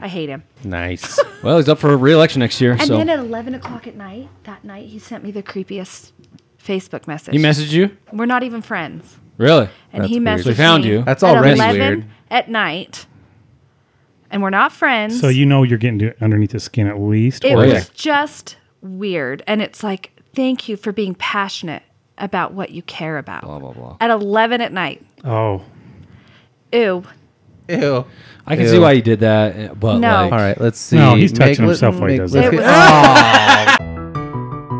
I hate him. Nice. Well, he's up for re-election next year, And so then at 11 o'clock at night, that night, he sent me the creepiest Facebook message. he messaged you. We're not even friends. Really? And That's he weird. messaged They found me you. That's at already 11 weird. At night. And we're not friends. So you know you're getting to underneath the skin at least. It or- was Oh, yeah. just weird. And it's like, thank you for being passionate about what you care about. Blah blah blah. At 11 at night. Oh, Ew. Ew. I can Ew. see why he did that, eh, but No. like, All right, let's see. No, he's Make- touching let- himself while he make- does that. let's get- It Ah. Aw.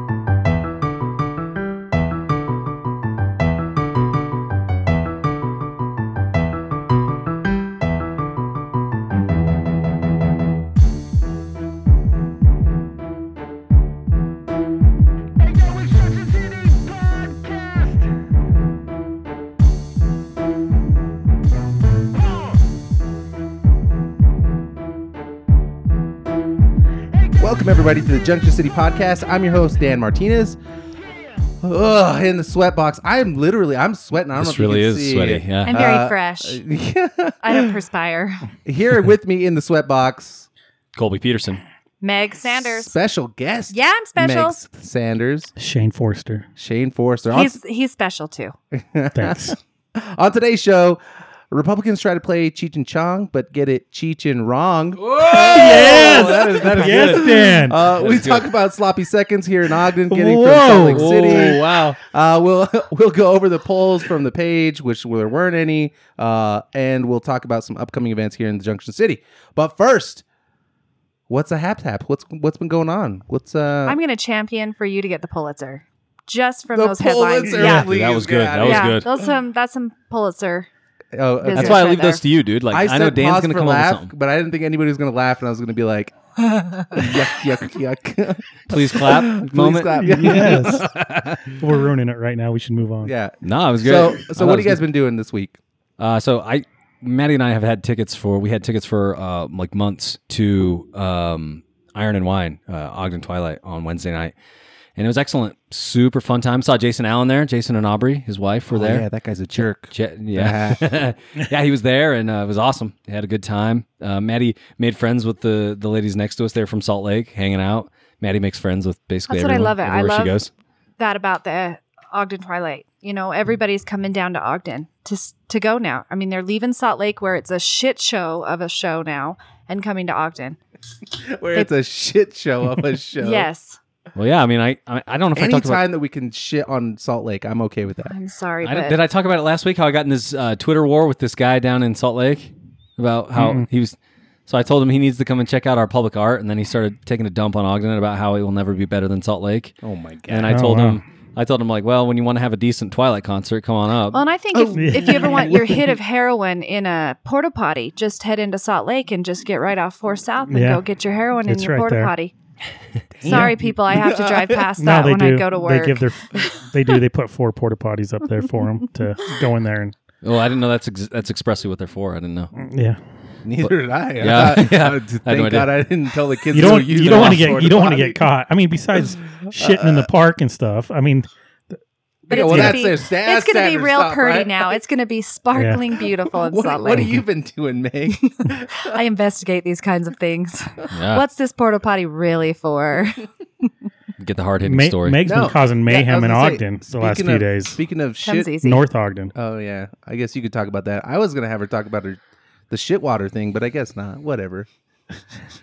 Welcome everybody to the Junction City Podcast. I'm your host Dan Martinez. Ugh, in the sweat box. I'm literally, I'm sweating. I don't this know if really you is can see. sweaty. Yeah. I'm very Uh, fresh. Yeah. I don't perspire. Here with me in the sweat box, Colby Peterson. Meg Sanders. special guest. Yeah, I'm special. Meg Sanders, Shane Forster. Shane Forster. On, He's he's special too. Thanks. on today's show, Republicans try to play Cheech and Chong, but get it Cheech and wrong. yes. That is, that is yes, Dan. Uh, we is talk good. about sloppy seconds here in Ogden, getting from Salt Lake City. Oh, wow. Uh, we'll we'll go over the polls from the page, which there weren't any, uh, and we'll talk about some upcoming events here in the Junction City. But first, what's a hap hap? What's what's been going on? What's uh? I'm gonna champion for you to get the Pulitzer. Just from The those headlines. Pulitzer Yeah. Dude, that was good. That was yeah. good. Those some that's some Pulitzer. oh, okay. That's That's Yeah. why I Right leave there. those to you, dude. Like I, I, said know Dan's pause gonna for come up with laugh, something. but I didn't think anybody was gonna laugh, and I was gonna be like, yuck, yuck, yuck. Please clap. Please moment. stop. Yeah. yes. We're ruining it right now. We should move on. yeah. No, it was good. So, I so what thought it have was you guys good. been doing this week? Uh, so I, Maddie and I have had tickets for. We had tickets for uh, like months to um, Iron and Wine, uh, Ogden Twilight on Wednesday night, and it was excellent. Super fun time. Saw Jason Allen there. Jason and Aubrey, his wife, were Oh, there. yeah, that guy's a jerk. Je- yeah, yeah, he was there, and uh, it was awesome. He had a good time. Uh, Maddie made friends with the the ladies next to us. They're from Salt Lake, hanging out. Maddie makes friends with basically That's what I everyone love it. I everywhere love- she goes. That about the Ogden Twilight. You know, everybody's coming down to Ogden to s- to go now. I mean, they're leaving Salt Lake where it's a shit show of a show now and coming to Ogden. Where it's a shit show of a show. Yes. Well, yeah, I mean, I I, I don't know if I talked about. Anytime that we can shit on Salt Lake, I'm okay with that. I'm sorry, I but don't- did I talk about it last week? How I got in this uh, Twitter war with this guy down in Salt Lake about how Mm-hmm. he was. So I told him he needs to come and check out our public art, and then he started taking a dump on Ogden about how it will never be better than Salt Lake. Oh my god. And I Oh, told wow. him, I told him like, well, when you want to have a decent Twilight concert, come on up. Well, and I Oh, think if, if you ever want your hit of heroin in a porta potty, just head into Salt Lake and just get right off 4 South and Yeah. go get your heroin in It's your right porta there. potty. Sorry, people, I have to drive past No, that they when do. I go to work. They give their. They do. They put four porta potties up there for them to go in there and. Oh, I didn't know that's ex- that's expressly what they're for. I didn't know. Yeah. Neither did I. Yeah, I, yeah. I- I had thank no idea. God I didn't tell the kids. You don't. to You use don't it want to as get. sort You of don't want to body. get caught. I mean, besides shitting Uh, in the park and stuff. I mean, but it's Yeah, well, gonna that's be, their sta- it's gonna be standard real stuff, purty right? now. It's gonna be sparkling beautiful in What, Salt what Lake. have you been doing, Meg? I investigate these kinds of things. Yeah, What's this porta potty really for? get the hard hitting Ma- story. Meg's No. been causing Yeah, I was mayhem in gonna say, Ogden the last speaking few of- days. Speaking of Comes shit, easy. North Ogden. oh yeah, I guess you could talk about that. I was gonna have her talk about her the shit water thing, but I guess not. Whatever.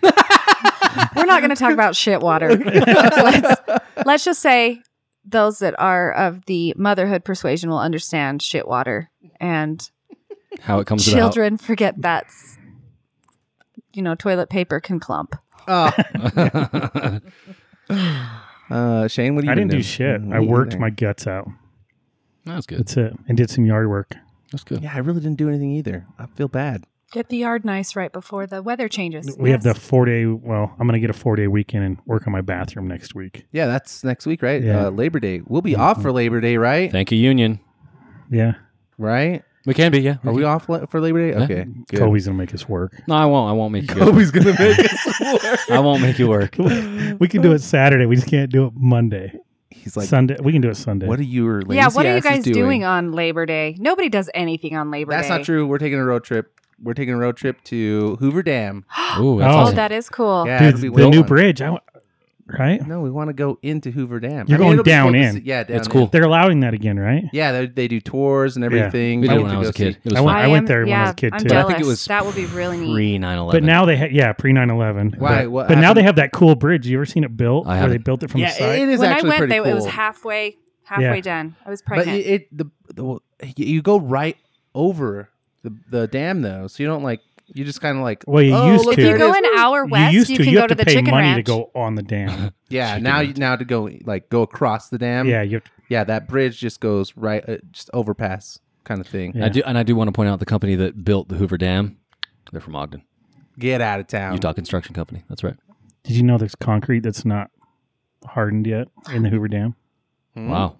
We're not going to talk about shit water. let's, let's just say those that are of the motherhood persuasion will understand shit water, and How it comes children forget that's you know toilet paper can clump. Uh, about. uh, Shane, what do you? I been didn't do doing? shit. Mm, I me worked either. my guts out. that's good. That's it. And did some yard work. That's good. Yeah, I really didn't do anything either. I feel bad. Get the yard nice right before the weather changes. We have the four day. Well, I'm gonna get a four day weekend and work on my bathroom next week. Yeah, that's next week, right? Yeah. Mm-hmm. Uh, Labor Day. We'll be off for Labor Day, right? Thank you, Union. Yeah, Right? We can be. Yeah. Are Mm-hmm. we off la- for Labor Day? Yeah. Okay. good. Kobe's gonna make us work. No, I won't. I won't make you. go. Kobe's Oh, gonna make us work. I won't make you work. we can do it Saturday. We just can't do it Monday. He's like, Sunday. We can do it Sunday. what are you lazy yeah. What are you asses guys doing? doing on Labor Day? Nobody does anything on Labor That's Day. not true. We're taking a road trip. we're taking a road trip to Hoover Dam. Ooh, that's Oh. Oh, awesome. that is cool. Yeah, Dude, it'll be the way new fun. bridge. I, wa- right? No, we want to go into Hoover Dam. You're going it'll be cool down to in. see- Yeah, down That's cool. in. They're allowing that again, right? Yeah, they, they do tours and Yeah. everything. we did I it when went to I was a go kid. see- It was I went- fun. I there when I yeah, was a kid, I'm too. But I jealous. think it was that would be really neat. Pre 9 11. But now they, ha- yeah, pre 9 11. Why? But, What but now happened? they have that cool bridge. You ever seen it built? I Where they haven't. built it from the Yeah, side? it is when I actually went, pretty they, cool. it was halfway halfway done. I was But pregnant. it, it the, the you go right over the the dam though, so you don't like you just kind of like Well, you oh, used look, to. if there you it go is. an hour west, you you, used to. can You go have to to the pay chicken money ranch. to go on the dam. yeah Chicken now Ranch. now to go like go across the dam yeah, you have to, yeah that bridge just goes right uh, just overpass kind of thing Yeah. I do, and I do want to point out the company that built the Hoover Dam. They're from Ogden, get out of town Utah Construction Company. That's right. did you know there's concrete that's not hardened yet in the Hoover Dam? Hmm? Wow.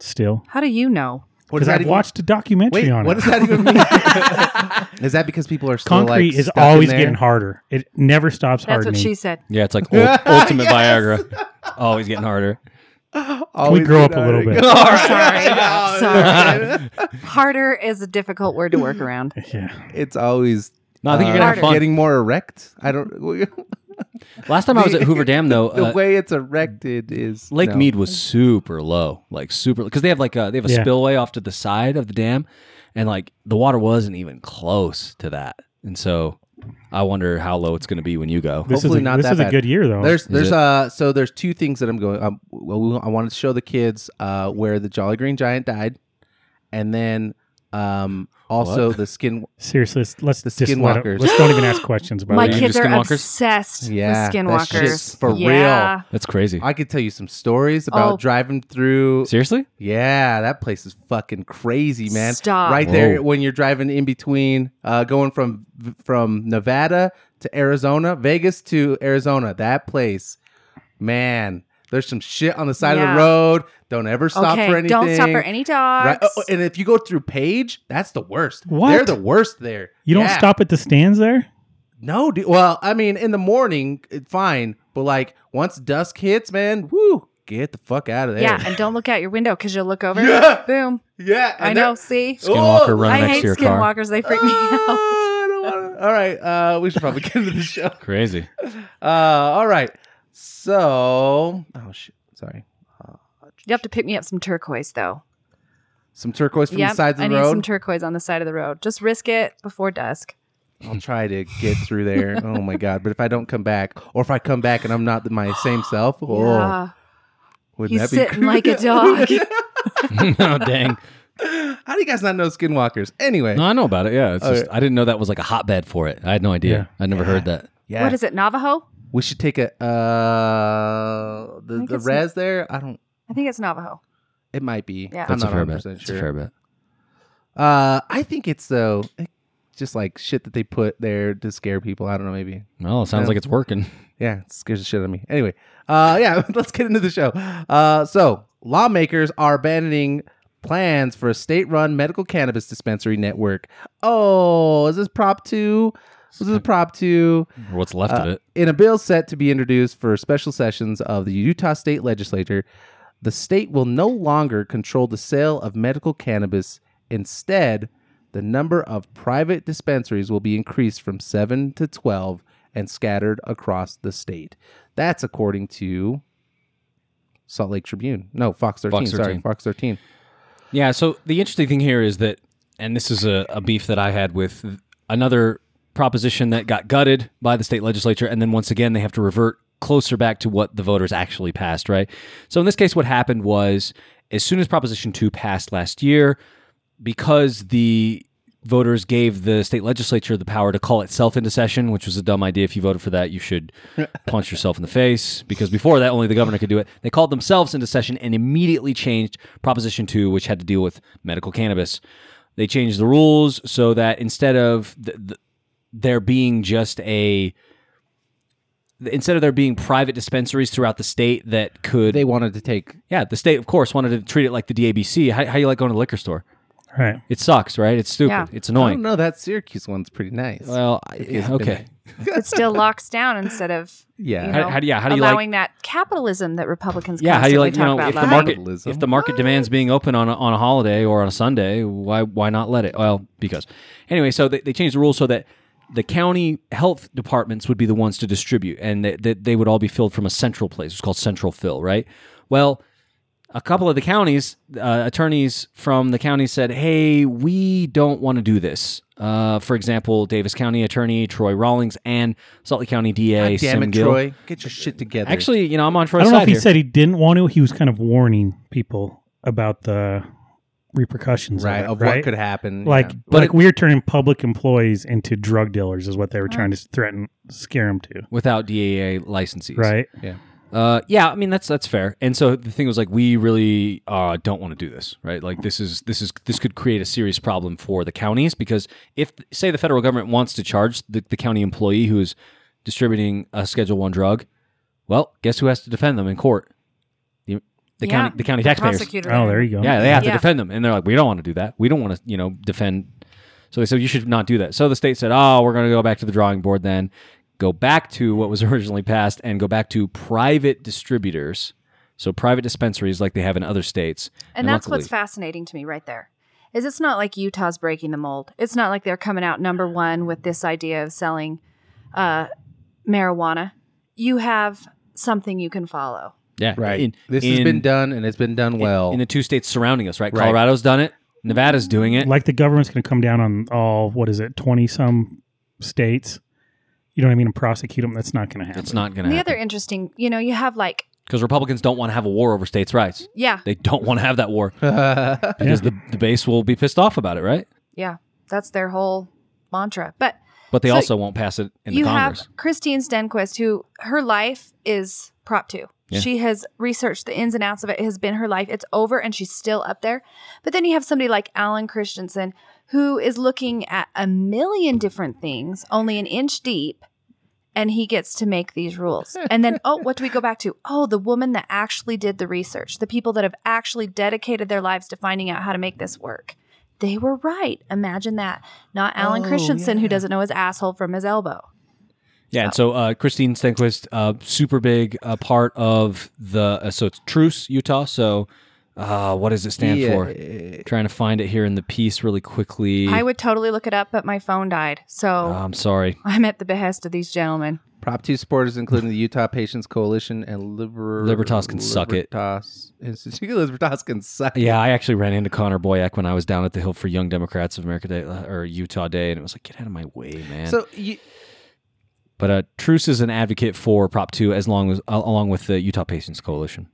Still, How do you know? What does because that I've even- watched a documentary wait on what it. does that even mean is that because people are still, like, concrete is stuck in always there? getting harder. It never stops That's hardening. what she said. Yeah, it's like ul- Ultimate Yes. Viagra. Always getting harder. Always grow getting up a little harder. bit? All I'm right. sorry. Yeah, Sorry. okay. Harder is a difficult word to work around. yeah, it's always No, I think you're uh, going to have fun. getting more erect I don't Last time I was The- at Hoover Dam, though, the uh, way it's erected is Lake no. Mead was super low, like super, because they have like a, they have a Yeah. spillway off to the side of the dam, and like the water wasn't even close to that, and so I wonder how low it's going to be when you go. this Hopefully is a, not this that is a bad. good year though. There's there's it? uh so there's two things that I'm going. Um, well, we- I wanted to show the kids uh where the Jolly Green Giant died, and then um also What? the skin. Seriously, let's, let's The just let it- skinwalkers. let's don't even ask questions about My it. you kids do are skinwalkers? obsessed Yeah, with that shit's skinwalkers. for yeah. That's crazy. I could tell you some stories about Oh. driving through. Seriously? Yeah, that place is fucking crazy, man. Stop. Right there Whoa. when you're driving in between, uh, going from from Nevada to Arizona, Vegas to Arizona. That place, man. There's some shit on the side of Yeah. the road. Don't ever stop okay. for anything. Don't stop for any dogs. Right. Oh, and if you go through Page, that's the worst. What? They're the worst there. You don't Yeah. stop at the stands there. No, dude. Well, I mean, in the morning, it- fine. But like once dusk hits, man, woo, get the fuck out of there. yeah, and don't look out your window because you'll look over. Yeah. Boom. yeah. I and they're- know. See, Skinwalker Oh, running I next hate to your car. skinwalkers. They freak me out. Ah, I don't wanna- All right, uh, we should probably get into the show. Crazy. Uh, all right, so oh shit, sorry, You have to pick me up some turquoise though. some turquoise from Yep, the sides of I the need some road. turquoise on the side of the road. Just risk it before dusk. I'll try to get through there. oh my god! But if I don't come back, or if I come back and I'm not my same self, oh, Yeah. Wouldn't He's that be sitting cool? like a dog. oh, dang. How do you guys not know skinwalkers? Anyway, No, I know about it. Oh, Yeah. It's All just, I didn't know that was like a hotbed for it. I had no idea. Yeah. I'd never heard that. yeah, What is it? Navajo? we should take a I uh the think the it's- res there. I don't. I think it's Navajo. It might be. Yeah. I'm That's a not fair 100 bet. percent It's sure. a fair bet. Uh, I think it's though, it- just like shit that they put there to scare people. I don't know, maybe. Well, it sounds Yeah. like it's working. Yeah, it scares the shit out of me. Anyway, uh, yeah, let's get into the show. Uh, so lawmakers are abandoning plans for a state-run medical cannabis dispensary network. Oh, is this prop two? This is prop two. Or what's left of Uh, it. In a bill set to be introduced for special sessions of the Utah State Legislature, the state will no longer control the sale of medical cannabis. Instead, the number of private dispensaries will be increased from 7 to 12 and scattered across the state. That's according to Salt Lake Tribune. No, Fox 13. Fox Sorry, 13. Fox 13. Yeah. So the interesting thing here is that, and this is a, a beef that I had with another proposition that got gutted by the state legislature, and then once again they have to revert closer back to what the voters actually passed, right? So in this case, what happened was as soon as Proposition Two passed last year, because the voters gave the state legislature the power to call itself into session, which was a dumb idea. If you voted for that, you should punch yourself in the face because before that, only the governor could do it. They called themselves into session and immediately changed Proposition 2, which had to deal with medical cannabis. They changed the rules so that instead of th- th- there being just a instead of there being private dispensaries throughout the state that could They wanted to take yeah, the state, of course, wanted to treat it like the DABC. How, how you like going to the liquor store? Right. It sucks, right? It's stupid. Yeah. It's I don't annoying. know. That Syracuse one's pretty nice. Well, I, It is okay. It still locks down instead of yeah. you How, know, how do yeah? How do you like? allowing that capitalism that Republicans Yeah, how do you constantly like? You talk know, about if the last market Capitalism. if the market demands being open on a, on a holiday or on a Sunday, why why not let it? Well, because anyway, so they, they changed the rules so that the county health departments would be the ones to distribute, and that they, they would all be filled from a central place. It's called central fill, right? Well, a couple of the counties uh, attorneys from the county said, "Hey, we don't want to do this." Uh, for example, Davis County Attorney Troy Rawlings and Salt Lake County DA God damn Sim it, Gill. Troy. Get your shit together. Actually, you know, I'm on I Troy's don't know side if he here. said he didn't want to. He was kind of warning people about the repercussions. right, Of, it, of right? what could happen. like yeah. But like it- we're turning public employees into drug dealers is what they were trying to threaten scare them to without DAA licensees. right Uh, yeah, I mean that's that's fair. And so the thing was like, we really uh, don't want to do this, right? Like this is this is this could create a serious problem for the counties because if say the federal government wants to charge the, the county employee who is distributing a Schedule One drug, well, guess who has to defend them in court? The, the Yeah, county the county taxpayers. prosecutor. oh there you go Yeah, they have to Yeah. defend them, and they're like, we don't want to do that. We don't want to, you know, defend. So they said you should not do that. So the state said, oh, we're going to go back to the drawing board then, go back to what was originally passed, and go back to private distributors. So private dispensaries like they have in other states, And that's locally. what's fascinating to me right there. Is it's not like Utah's breaking the mold. It's not like they're coming out number one with this idea of selling uh, marijuana. You have something you can follow. yeah, right. in- this has in- been done, and it's been done well. in the two states surrounding us. Right, Right. Colorado's done it, Nevada's doing it. like the government's going to come down on all what is it 20 some states you know what i mean and prosecute them that's not going to happen it's not going And to the other happen interesting, you know, you have like, because Republicans don't want to have a war over states' rights. yeah, They don't want to have that war yeah. because the, the base will be pissed off about it, right? yeah, that's their whole mantra. But But they So also won't pass it in the you Congress. have Christine Stenquist, who her life is Prop 2. Yeah. She has researched the ins and outs of it. It has been her life. It's over and she's still up there. But then you have somebody like Alan Christensen, who is looking at a million different things, only an inch deep, and he gets to make these rules. And then, oh, what do we go back to? Oh, the woman that actually did the research, the people that have actually dedicated their lives to finding out how to make this work. They were right. Imagine that. Not Alan Oh, Christensen, who yeah. doesn't know his asshole from his elbow. Yeah, and so uh, Christine Stenquist, uh, super big uh, part of the uh, so it's Truce Utah. So uh, what does it stand for? Trying to find it here in the piece really quickly. I would totally look it up, but my phone died. So Ah. Uh, I'm sorry. I'm at the behest of these gentlemen. Prop 2 supporters, including the Utah Patients Coalition and Liber- Libertas can suck it. Libertas Institute. Libertas can suck it. Yeah, I actually ran into Connor Boyack when I was down at the Hill for Young Democrats of America Day uh, or Utah Day, and it was like, get out of my way, man. So you, but uh, Truce is an advocate for Prop Two, as long as uh, along with the Utah Patients Coalition.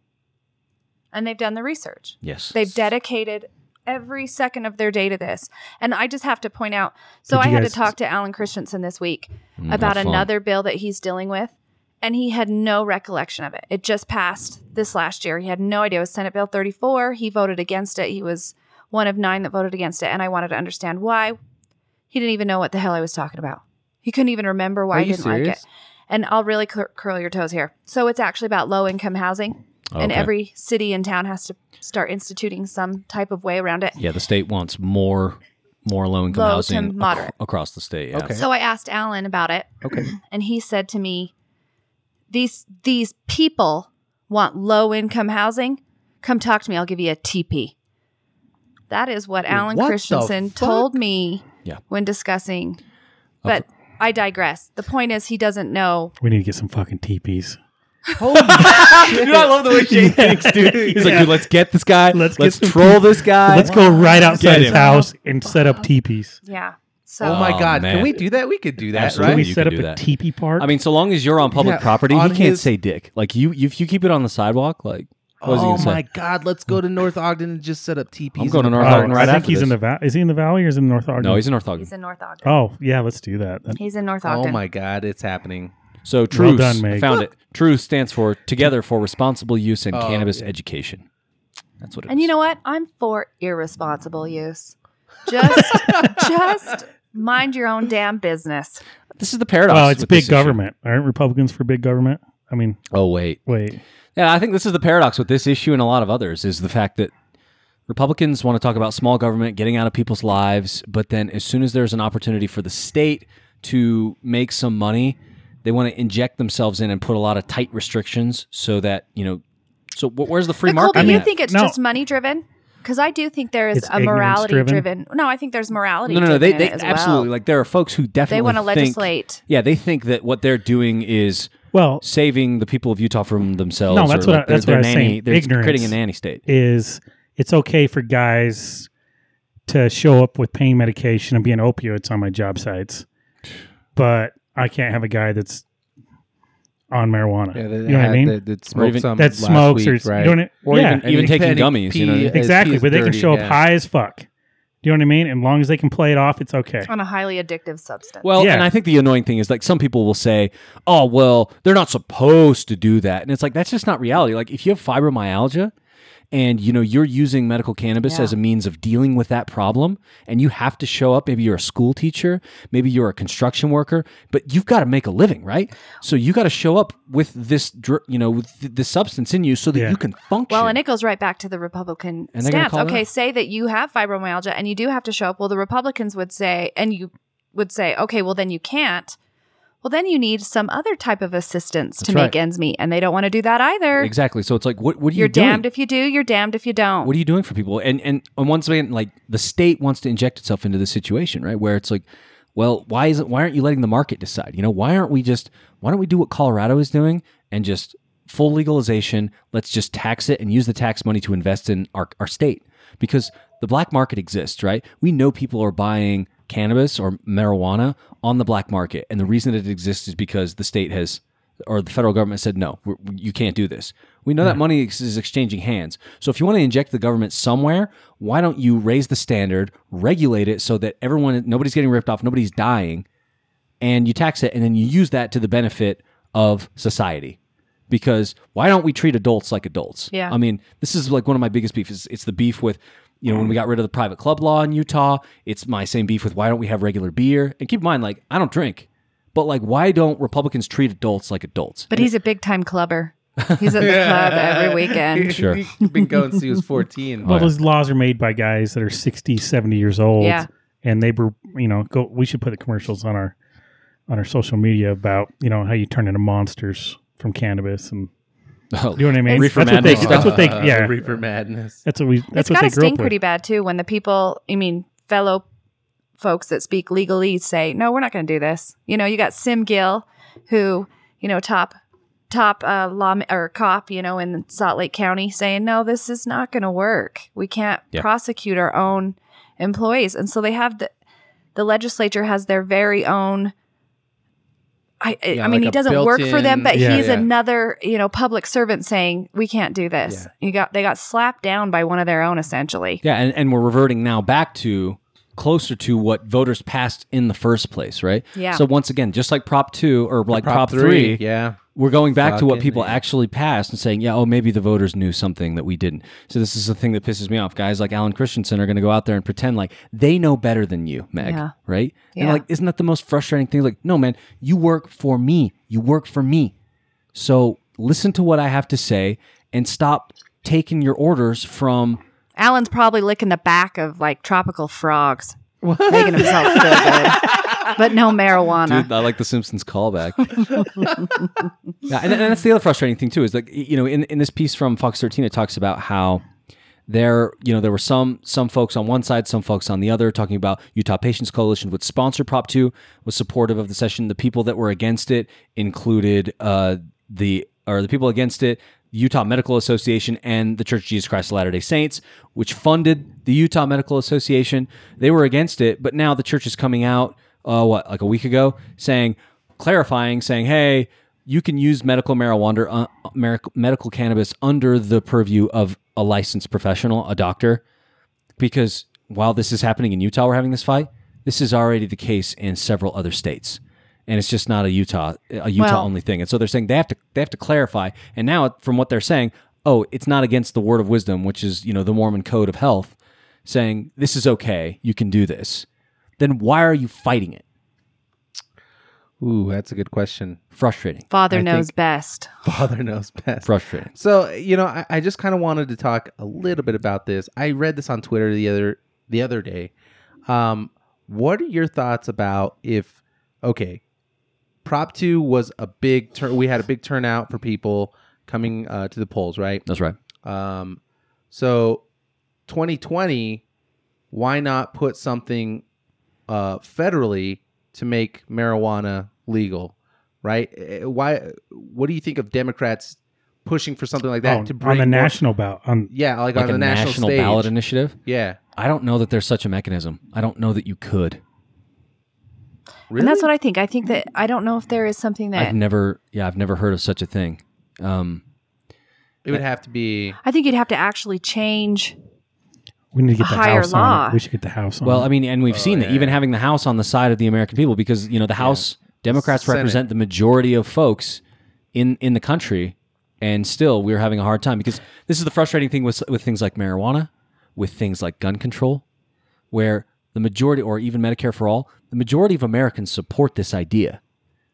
And they've done the research. Yes, They've dedicated every second of their day to this. And I just have to point out so Did I you had guys- to talk to Alan Christensen this week Mm, about not fun. another bill that he's dealing with. And he had no recollection of it. It just passed this last year. He had no idea. It was Senate Bill 34. He voted against it. He was one of nine that voted against it. And I wanted to understand why. He didn't even know what the hell I was talking about. He couldn't even remember why are I you didn't like it. serious? and I'll really cur- curl your toes here. So it's actually about low income housing, and Okay. every city and town has to start instituting some type of way around it. yeah, the state wants more more low income Low to housing ac- moderate. across the state. Yeah. Okay. So I asked Alan about it, Okay. and he said to me, "These these people want low income housing. Come talk to me. I'll give you a TP." That is what Alan What the Christensen fuck? told me Yeah. when discussing. Of- But I digress. The point is, he doesn't know. we need to get some fucking teepees Holy shit. love the way Shane thinks, dude. He's like, Yeah. dude, let's get this guy. Let's Let's, get some troll this guy. let's go right outside Get his him. house and set up teepees Yeah. So Oh my Oh, god. man. Can we do that? We could do that, Absolutely. Can we right? You set can up do a that. teepee park I mean, so long as you're on public Yeah, property, you on can't his- say dick. Like you, if you keep it on the sidewalk, like what was he oh gonna my say? god, let's go to North Ogden and just set up teepees. I'm going to in the North park. Ogden Oh, right I think after he's in the this. valley. Is he in the valley or is he in North Ogden? No, he's in North Ogden. he's in North Ogden. Oh yeah, let's do that. That- He's in North Oh Ogden. my god, it's happening. So truth, done, I Meg. found it. Truth stands for Together for Responsible Use in Oh, Cannabis yeah. Education. That's what it is. And you know what? I'm for irresponsible use. Just just mind your own damn business. this is the paradox. Well, it's with this big issue. government. Aren't Republicans for big government? I mean, Oh wait, wait. yeah, I think this is the paradox with this issue and a lot of others is the fact that Republicans want to talk about small government, getting out of people's lives, but then as soon as there's an opportunity for the state to make some money, they want to inject themselves in and put a lot of tight restrictions so that, you know, so wh- where's the free but market? Colby, in you that? think it's No. just money driven? Because I do think there is It's a morality ignorance-driven? driven. No, I think there's morality. no, no, no. They, driven in they it as absolutely Well. like there are folks who definitely They want to think- legislate. Yeah, they think that what they're doing is Well, saving the people of Utah from themselves. No, that's or, what I- like, they're- that's what they're I was nanny, saying. They're Ignorance. creating a nanny state. is it's okay for guys to show up with pain medication and be an opioids on my job sites, but I can't have a guy that's on marijuana. Yeah, you know what I mean? That, that smoked even- some that last smokes week, or right? doing it. Or e, yeah, even, Even and taking penny- gummies, you know what I mean? P- exactly. P's But they can dirty, show up yeah. high as fuck. Do you know what I mean? And long as they can play it off, it's okay. on a highly addictive substance. Well, Yeah. and I think the annoying thing is like some people will say, "Oh, well, they're not supposed to do that," and it's like that's just not reality. Like if you have fibromyalgia, and you know you're using medical cannabis Yeah. as a means of dealing with that problem, and you have to show up. Maybe you're a school teacher, maybe you're a construction worker, but you've got to make a living, right? So you got to show up with this, dr- you know, with th- this substance in you so that Yeah. you can function. Well, and it goes right back to the Republican And they're gonna stance. call it Okay, out. say that you have fibromyalgia and you do have to show up. Well, the Republicans would say, and you would say, okay, well, then you can't. Well, then you need some other type of assistance to That's right. make ends meet. And they don't want to do that either. exactly. So it's like, what, what are you You're doing? damned if you do, you're damned if you don't. what are you doing for people? And and and once again, like the state wants to inject itself into the situation, right? Where it's like, well, why isn't why aren't you letting the market decide? You know, why aren't we just why don't we do what Colorado is doing and just full legalization? Let's just tax it and use the tax money to invest in our our state because the black market exists, right? We know people are buying cannabis or marijuana on the black market, and the reason it exists is because the state has or the federal government said no we're, we- you can't do this we know that money ex- is exchanging hands so if you want to inject the government somewhere why don't you raise the standard regulate it so that everyone nobody's getting ripped off nobody's dying and you tax it and then you use that to the benefit of society because why don't we treat adults like adults Yeah. i mean this is like one of my biggest beefs is it's the beef with you know when we got rid of the private club law in utah it's my same beef with why don't we have regular beer and keep in mind like i don't drink but like why don't republicans treat adults like adults but he's a big time clubber. He's at the club every weekend. Sure. He's been going since he was 14. Well, yeah. those laws are made by guys that are 60, 70 years old. Yeah. And they were, you know, go, we should put the commercials on our, on our social media about, you know, how you turn into monsters from cannabis and, Oh, you know what I mean? It's- that's what they, Reefer that's what they, Uh, yeah. Reaper Madness. That's what we, It's that's what got they to grew sting up with. pretty bad, too, when the people, I mean, fellow folks that speak legally say, no, we're not going to do this. You know, you got Sim Gill, who, you know, top top uh, law or cop, you know, in Salt Lake County saying, no, this is not going to work. We can't Yeah. prosecute our own employees. And so they have the, the legislature has their very own. I, I- Yeah, I mean, like he a doesn't work for them, built-in- but Yeah. he's Yeah. another, you know, public servant saying we can't do this. You got they got slapped down by one of their own, essentially. Yeah, and, and we're reverting now back to closer to what voters passed in the first place, right? Yeah. So once again, just like Prop Two or like Prop, Three, Yeah. we're going back to what Fucking people A. actually passed and saying, yeah, oh, maybe the voters knew something that we didn't. So this is the thing that pisses me off. Guys like Alan Christensen are going to go out there and pretend like they know better than you, Meg, Yeah. right? And Yeah. like, isn't that the most frustrating thing? Like, no, man, you work for me. You work for me. So listen to what I have to say and stop taking your orders from Alan's probably licking the back of like tropical frogs, making himself feel good, but no marijuana. Dude, I like the Simpsons callback. yeah, and, and that's the other frustrating thing too is like y- you know in, in this piece from Fox 13 it talks about how there you know there were some some folks on one side some folks on the other talking about Utah Patients Coalition would sponsor Prop 2 was supportive of the session the people that were against it included uh, the or the people against it Utah Medical Association and the Church of Jesus Christ of Latter-day Saints which funded the Utah Medical Association they were against it but now the church is coming out uh, what like a week ago saying clarifying saying hey you can use medical marijuana uh, medical- medical cannabis under the purview of a licensed professional a doctor because while this is happening in Utah we're having this fight this is already the case in several other states and it's just not a Utah a Utah Well- only thing and so they're saying they have to they have to clarify and now from what they're saying oh it's not against the word of wisdom which is you know the Mormon code of health saying this is okay you can do this then why are you fighting it Ooh, that's a good question. Frustrating. Father I knows think- best. Father knows best. Frustrating. So you know, I, I just kind of wanted to talk a little bit about this. I read this on Twitter the other the other day. Um, what are your thoughts about if okay, Prop Two was a big turn. We had a big turnout for people coming uh, to the polls, right? That's right. Um, so 2020, why not put something uh, federally to make marijuana legal, right? Eh, Why? What do you think of Democrats pushing for something like that Oh, to on bring the more- national ballot. On Yeah, like, on the national, stage. ballot initiative. yeah, I don't know that there's such a mechanism. I don't know that you could. really. And that's what I think. I think that I don't know if there is something that I've never, yeah, I've never heard of such a thing. Um, it would have to be. I think you'd have to actually change. we need to get the Higher house on. law. It. We should get the house on. well, it. I mean, and we've seen that even having the House on the side of the American people, because you know the House Democrats Senate. represent the majority of folks in in the country, and still we're having a hard time because this is the frustrating thing with with things like marijuana, with things like gun control, where the majority, or even Medicare for all, the majority of Americans support this idea.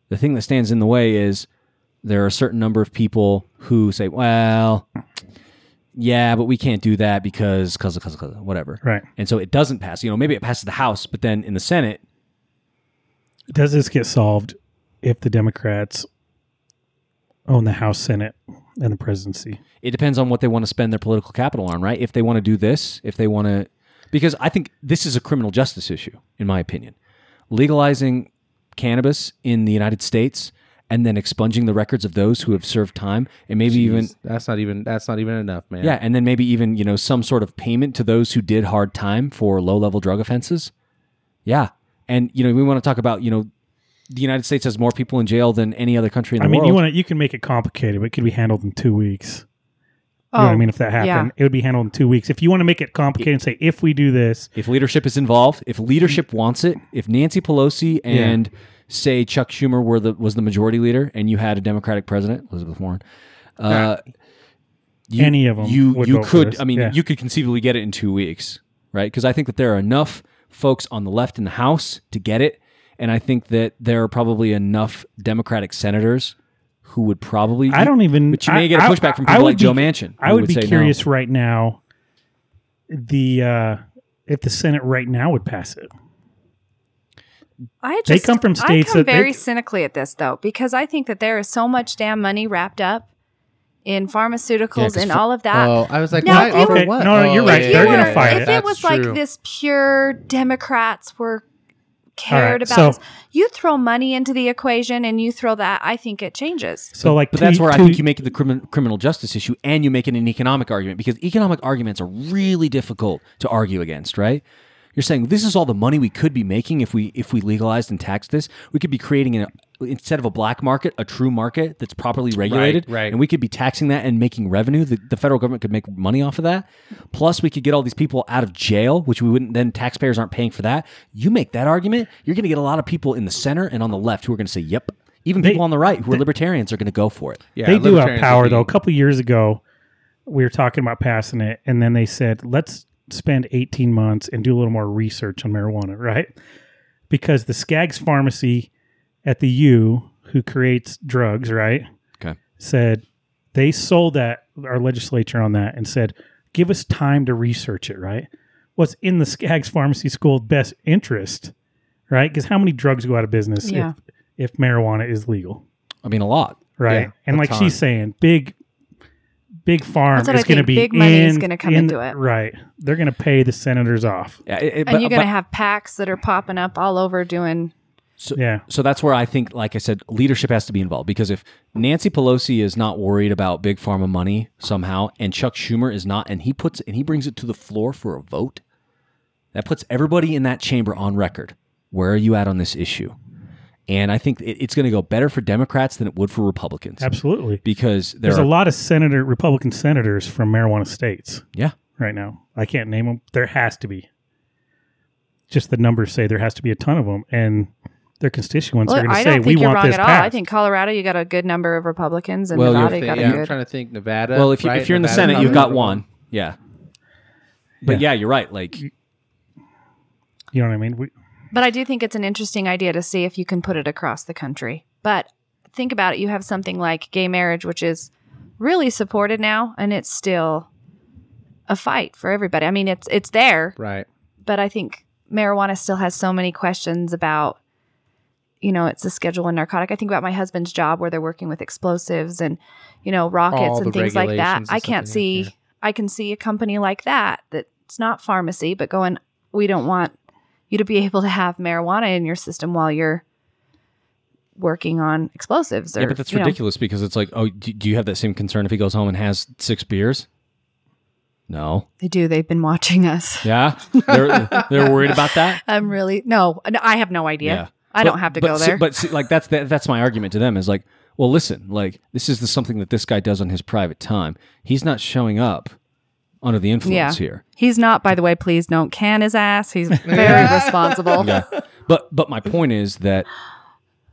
The thing that stands in the way is there are a certain number of people who say, well, yeah, but we can't do that because, because, because, because, whatever. right? And so it doesn't pass. You know, maybe it passes the House, but then in the Senate, Does this get solved if the Democrats own the House, Senate, and the presidency? it depends on what they want to spend their political capital on, right? If they want to do this, if they want to, because I think this is a criminal justice issue, in my opinion. Legalizing cannabis in the United States and then expunging the records of those who have served time and maybe even that's not even that's not even enough, man. Yeah, and then maybe even you know some sort of payment to those who did hard time for low level drug offenses. Yeah, and you know we want to talk about you know the United States has more people in jail than any other country in I the mean, world. you want to you can make it complicated, but it could be handled in two weeks. You know what I mean? If that happened, Oh, yeah. it would be handled in two weeks. If you want to make it complicated and say, if we do this, if leadership is involved, if leadership wants it, if Nancy Pelosi and say Chuck Schumer were the was the majority leader, and you had a Democratic president, Elizabeth Warren. Uh, you- Any of 'em you would you vote for could this. I mean Yeah. you could conceivably get it in two weeks, right? Because I think that there are enough folks on the left in the House to get it, and I think that there are probably enough Democratic senators who would probably I don't even. But you may I- get a I- pushback from I people would like Joe be- Manchin. I who would, be say no. curious right now. The uh, if the Senate right now would pass it, I just, They come from states I come that they- very cynically at this though, because I think that there is so much damn money wrapped up in pharmaceuticals 'cause and for- all of that. Oh, I was like, Now, why? if you Over were- what? No, no, Oh, you're right. If They're you gonna were- fight If it. it was That's like true. this pure Democrats were cared All right, about so- this, you throw money into the equation and you throw that, I think it changes. so like, But two- that's where I two- think you make it the crimin- criminal justice issue and you make it an economic argument because economic arguments are really difficult to argue against, right? You're saying this is all the money we could be making if we if we legalized and taxed this. We could be creating an instead of a black market, a true market that's properly regulated, right. And we could be taxing that and making revenue. The, the federal government could make money off of that. Plus, we could get all these people out of jail, which we wouldn't. Then taxpayers aren't paying for that. You make that argument, you're going to get a lot of people in the center and on the left who are going to say, "Yep." Even people on the right who are libertarians are going to go for it. Yeah, they do have libertarians power would be- though. A couple years ago, we were talking about passing it, and then they said, let's spend 18 months and do a little more research on marijuana, right? Because the Skaggs Pharmacy at the U, who creates drugs, right? Okay. Said they sold that our legislature on that and said, give us time to research it, right? What's in the Skaggs Pharmacy School best interest, right? Because how many drugs go out of business Yeah. if, if marijuana is legal? I mean, a lot. right? Yeah, and a like ton. she's saying, big, big farm That's what I is going think. to be Big money is in- gonna come in- into it. right? They're going to pay the senators off. Yeah, and you're going to have packs that are popping up all over doing Yeah, so that's where I think, like I said, leadership has to be involved because if Nancy Pelosi is not worried about big pharma money somehow, and Chuck Schumer is not, and he puts and he brings it to the floor for a vote, that puts everybody in that chamber on record. Where are you at on this issue? And I think it, it's going to go better for Democrats than it would for Republicans absolutely. because there There's are, a lot of senator Republican senators from marijuana states Yeah, right now. I can't name them. There has to be. Just the numbers say there has to be a ton of them, and their constituents are Well, going to I say don't think we you're want wrong this at all. passed. I think Colorado, you got a good number of Republicans, and Well, you're Nevada, you got a Yeah, I'm good. trying to think Nevada. well, if, you, right? if you're in the Nevada, Senate, you've got Colorado. one. Yeah, but yeah, you're right. Like you know what I mean. We, But I do think it's an interesting idea to see if you can put it across the country. But think about it. You have something like gay marriage, which is really supported now, and it's still a fight for everybody. I mean, it's it's there, Right. but I think marijuana still has so many questions about, you know, it's a Schedule One narcotic. I think about my husband's job where they're working with explosives and, you know, rockets All the and things like that. regulations and I can't stuff in see. there, I can see a company like that that's not pharmacy, but going, we don't want you to be able to have marijuana in your system while you're working on explosives. Or, yeah, but that's you know. ridiculous because it's like, oh, do, do you have that same concern if he goes home and has six beers? No. They do. They've been watching us. Yeah, they're they're worried about that. I'm really no. no, I have no idea. Yeah. I But- don't have to but go see- there. but see, like that's that, that's my argument to them is like, well, listen, like this is the, something that this guy does on his private time. He's not showing up under the influence Yeah. here. He's not, by the way, please don't can his ass. He's very responsible. yeah. But but my point is that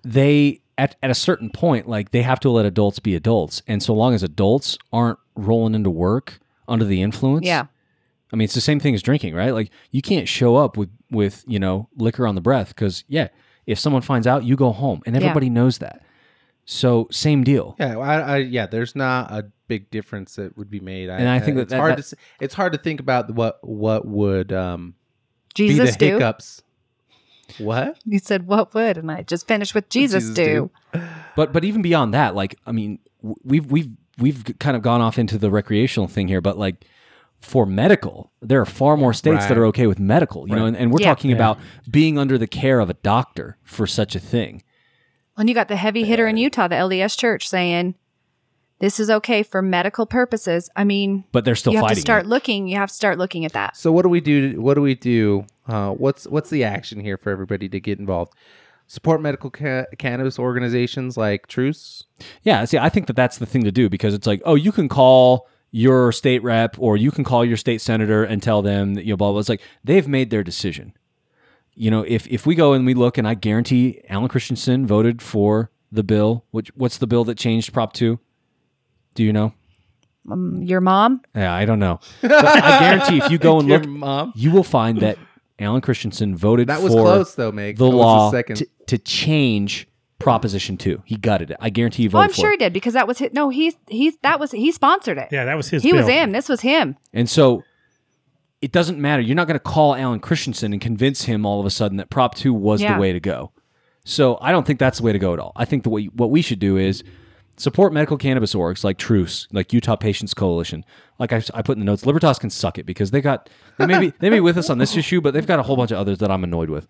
they at at a certain point, like they have to let adults be adults, and so long as adults aren't rolling into work under the influence, Yeah. I mean, it's the same thing as drinking, right? Like you can't show up with with you know liquor on the breath because yeah, if someone finds out, you go home, and Yeah. everybody knows that. So same deal. Yeah, well, I, I, yeah. There's not a big difference that would be made. uh, And I think that- it's that- hard that- to s- it's hard to think about what what would um, be the Jesus do. hiccups. What? You said what would, and I just finished with Jesus, Jesus do. do. But but even beyond that, like I mean, w- we've we've we've g- kind of gone off into the recreational thing here, but like for medical, there are far more states that Right. are okay with medical, you know, Right. and, and we're Yeah. talking about being under the care of a doctor for such a thing. And you got the heavy hitter in Utah, the LDS Church, saying this is okay for medical purposes. I mean, But they're still you have fighting. to start it. looking. You have to start looking at that. So what do we do? What do we do? Uh, what's what's the action here for everybody to get involved? Support medical ca- cannabis organizations like Truce. Yeah, see, I think that that's the thing to do because it's like, oh, you can call your state rep or you can call your state senator and tell them that you know blah blah. It's like they've made their decision. You know, if if we go and we look, and I guarantee Alan Christensen voted for the bill. Which what's the bill that changed Prop Two? Do you know? Um, your mom, Yeah, I don't know. But I guarantee if you go and Your look, mom. you will find that Alan Christensen voted That was for close though, Meg. the That was law second. to, to change Proposition Two. He gutted it. I guarantee you oh, voted I'm for it. sure he did because that was his, no, he he that was he sponsored it. Yeah, that was his. he was bill. him. This was him. And so it doesn't matter. You're not going to call Alan Christensen and convince him all of a sudden that Prop 2 was Yeah. the way to go. So I don't think that's the way to go at all. I think the way what we should do is support medical cannabis orgs like Truce, like Utah Patients Coalition. Like I, I put in the notes, Libertas can suck it because they got they may be, they may be with us on this issue, but they've got a whole bunch of others that I'm annoyed with.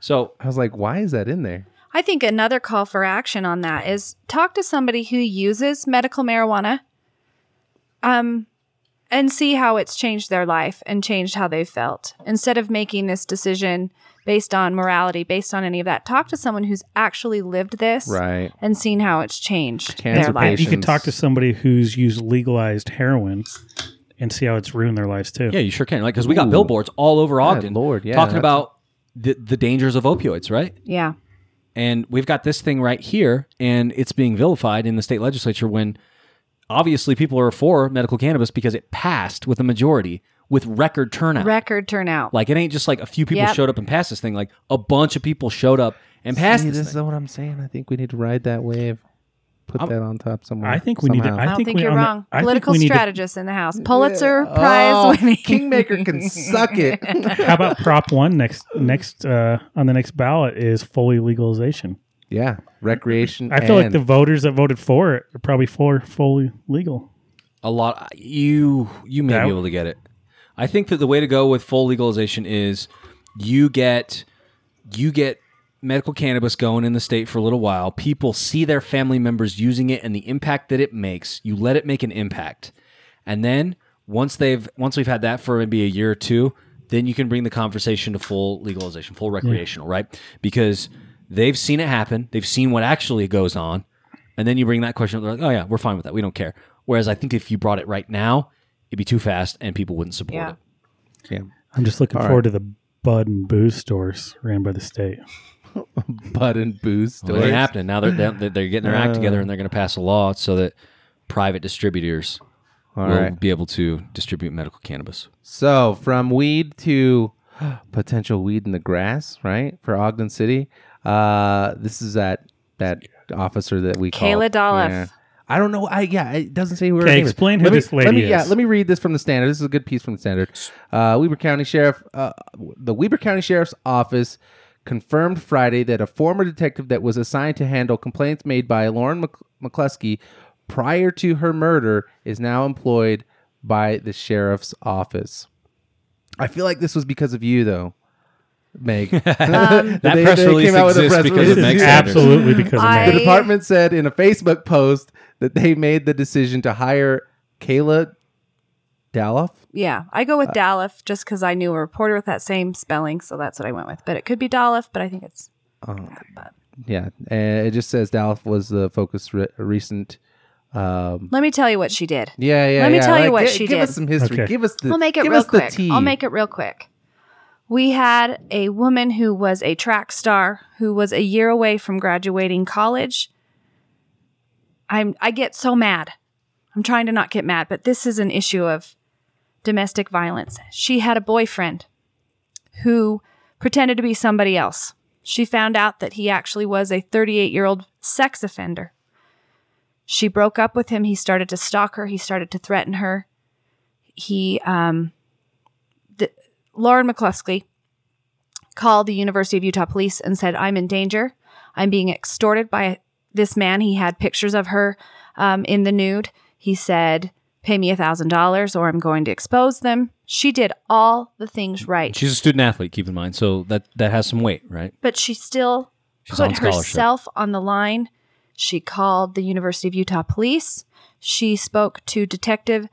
So I was like, why is that in there? I think another call for action on that is talk to somebody who uses medical marijuana um and see how it's changed their life and changed how they felt. Instead of making this decision based on morality, based on any of that, talk to someone who's actually lived this Right. and seen how it's changed Cancer their And life. you could Patients. talk to somebody who's used legalized heroin and see how it's ruined their lives too. yeah, you sure can. Like because we got Ooh. billboards all over Ogden, Lord, yeah, talking that's- about the, the dangers of opioids, right? Yeah. and we've got this thing right here and it's being vilified in the state legislature when obviously people are for medical cannabis because it passed with a majority with record turnout Record turnout. like it ain't just like a few people Yep. showed up and passed this thing like a bunch of people showed up and passed See, this, this is thing. what I'm saying. I think we need to ride that wave. Put I'm- that on top somewhere. I think we need to- somehow. I I don't think think, we- you're on the- wrong. I think we Political need to- strategist in the House. Pulitzer Yeah. Prize Oh, winning. Kingmaker can suck it. How about Prop One next next uh, on the next ballot is fully legalization. yeah, recreation. I feel like and- the voters that voted for it are probably for fully legal. a lot you you may That- be able to get it i think that the way to go with full legalization is you get you get medical cannabis going in the state for a little while people see their family members using it and the impact that it makes you let it make an impact and then once they've once we've had that for maybe a year or two then you can bring the conversation to full legalization full recreational right because they've seen it happen they've seen what actually goes on and then you bring that question up they're like oh yeah we're fine with that we don't care whereas i think if you brought it right now it'd be too fast and people wouldn't support Yeah. it I'm just looking All forward to the bud and booze stores ran by the state. Bud and booze. Well, it ain't stores. happening now. They're they're, they're getting their act together and they're going to pass a law so that private distributors All will right. be able to distribute medical cannabis. So from weed to potential weed in the grass, right? For Ogden City. Uh, this is that that officer that we call Kayla Dolliff. I don't know. I yeah, it doesn't say who. her Okay, name is. explain who let me, this lady let me, Yeah, is. let me read this from the standard. This is a good piece from the standard. Uh, Weber County Sheriff, uh, the Weber County Sheriff's Office confirmed Friday that a former detective that was assigned to handle complaints made by Lauren Mc- McCluskey prior to her murder is now employed by the sheriff's office. I feel like this was because of you, though, Meg. that Um, That press release exists because of Meg Sanders. It's absolutely because of I- the Meg. department said in a Facebook post that they made the decision to hire Kayla Daloff. Yeah, I go with Dalif just because I knew a reporter with that same spelling, so that's what I went with. But it could be Dalif, but I think it's Yeah, and it just says Daloff was the focus re- recent. Um, Let me tell you what she did. yeah, yeah. Let me yeah, tell you what gi- she give did. us some history. Okay. Give us the. I'll make it give real us the quick. tea. I'll make it real quick. We had a woman who was a track star who was a year away from graduating college. I'm I get so mad. I'm trying to not get mad, but this is an issue of domestic violence. She had a boyfriend who pretended to be somebody else. She found out that he actually was a 38-year-old sex offender. She broke up with him. He started to stalk her. He started to threaten her he um the, Lauren McCluskey called the University of Utah police and said, "I'm in danger. I'm being extorted by this man. He had pictures of her um, in the nude. He said." Pay me a thousand dollars, or I'm going to expose them. She did all the things right, She's a student athlete, keep in mind. So that that has some weight, right? but she still She's on put scholarship. herself on the line. She called the University of Utah police. She spoke to Detective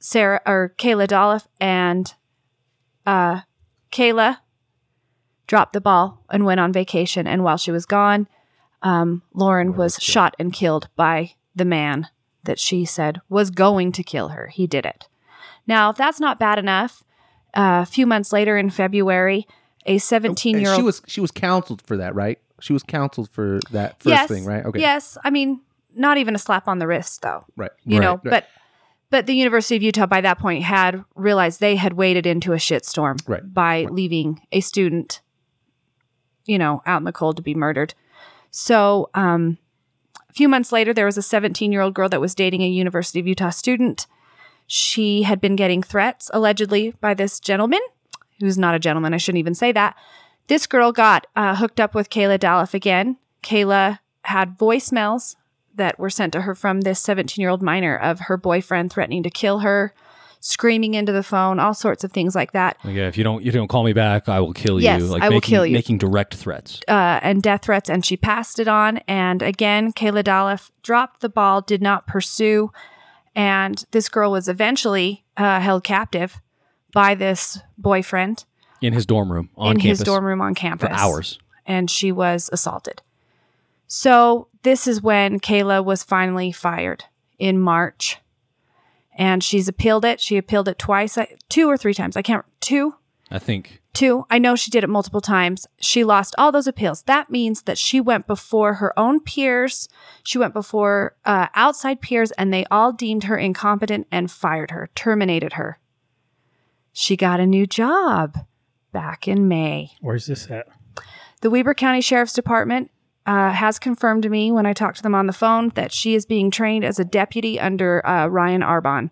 Sarah or Kayla Dolliff, and uh, Kayla dropped the ball and went on vacation. And while she was gone, um, Lauren was shot and killed by the man that she said was going to kill her. He did it. Now, if that's not bad enough, uh, a few months later in February, Oh, a 17 And year old She was she was counseled for that, right? She was counseled for that first thing, right? Yes. I mean, not even a slap on the wrist, though. Right. You know, Right. but but the University of Utah by that point had realized they had waded into a shitstorm Right. by leaving a student, you know, out in the cold to be murdered. So um, a few months later, there was a 17 year old girl that was dating a University of Utah student. She had been getting threats allegedly by this gentleman, who's not a gentleman. I shouldn't even say that. This girl got uh, hooked up with Kayla Dalif again. Kayla had voicemails that were sent to her from this 17 year old minor of her boyfriend threatening to kill her, screaming into the phone, all sorts of things like that. Like, yeah, if you don't you don't call me back, I will kill Yes, you. Like I will making, kill you. Making direct threats. uh, and death threats, and she passed it on. And again, Kayla Dalif dropped the ball, did not pursue, and this girl was eventually uh, held captive by this boyfriend In his dorm room on in campus his dorm room on campus for hours. and she was assaulted. So this is when Kayla was finally fired in March, and she's appealed it. She appealed it twice, I- two or three times. I can't two. I think. Two, I know she did it multiple times. She lost all those appeals. That means that she went before her own peers, she went before uh, outside peers, and they all deemed her incompetent and fired her, terminated her. She got a new job back in May. Where's this at? The Weber County Sheriff's Department uh, has confirmed to me when I talked to them on the phone that she is being trained as a deputy under uh, Ryan Arbon.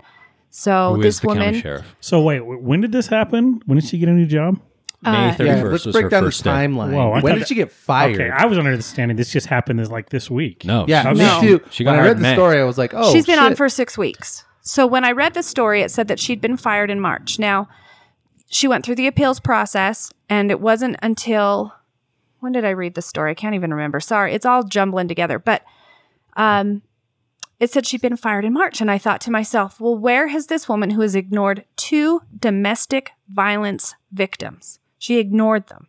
So Oh, who is this the county woman, sheriff? So wait, wh- when did this happen? When did she get a new job? May uh, thirty let's first was break her down the first day. timeline. Whoa, I when thought did that- she get fired? Okay, I was under the standing this just happened as like this week. No. yeah, she- me No. too. She got when I hired read in the May. story, I was like, oh, she's been on shit. for six weeks. So when I read the story, it said that she'd been fired in March. Now, she went through the appeals process, and it wasn't until when did I read the story? I can't even remember. Sorry, it's all jumbling together. But um, it said she'd been fired in March, and I thought to myself, well, where has this woman who has ignored two domestic violence victims? She ignored them.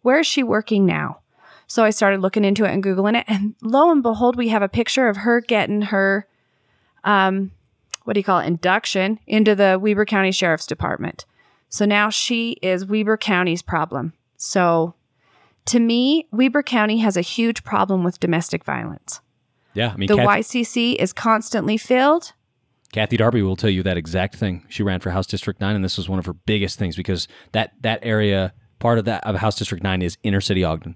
Where is she working now? So I started looking into it and Googling it. And lo and behold, we have a picture of her getting her, um, what do you call it, induction into the Weber County Sheriff's Department. So now she is Weber County's problem. So to me, Weber County has a huge problem with domestic violence. Yeah. I mean The Kat- YCC is constantly filled. Kathy Darby will tell you that exact thing. She ran for House District 9, and this was one of her biggest things because that, that area, part of that of House District 9 is inner city Ogden.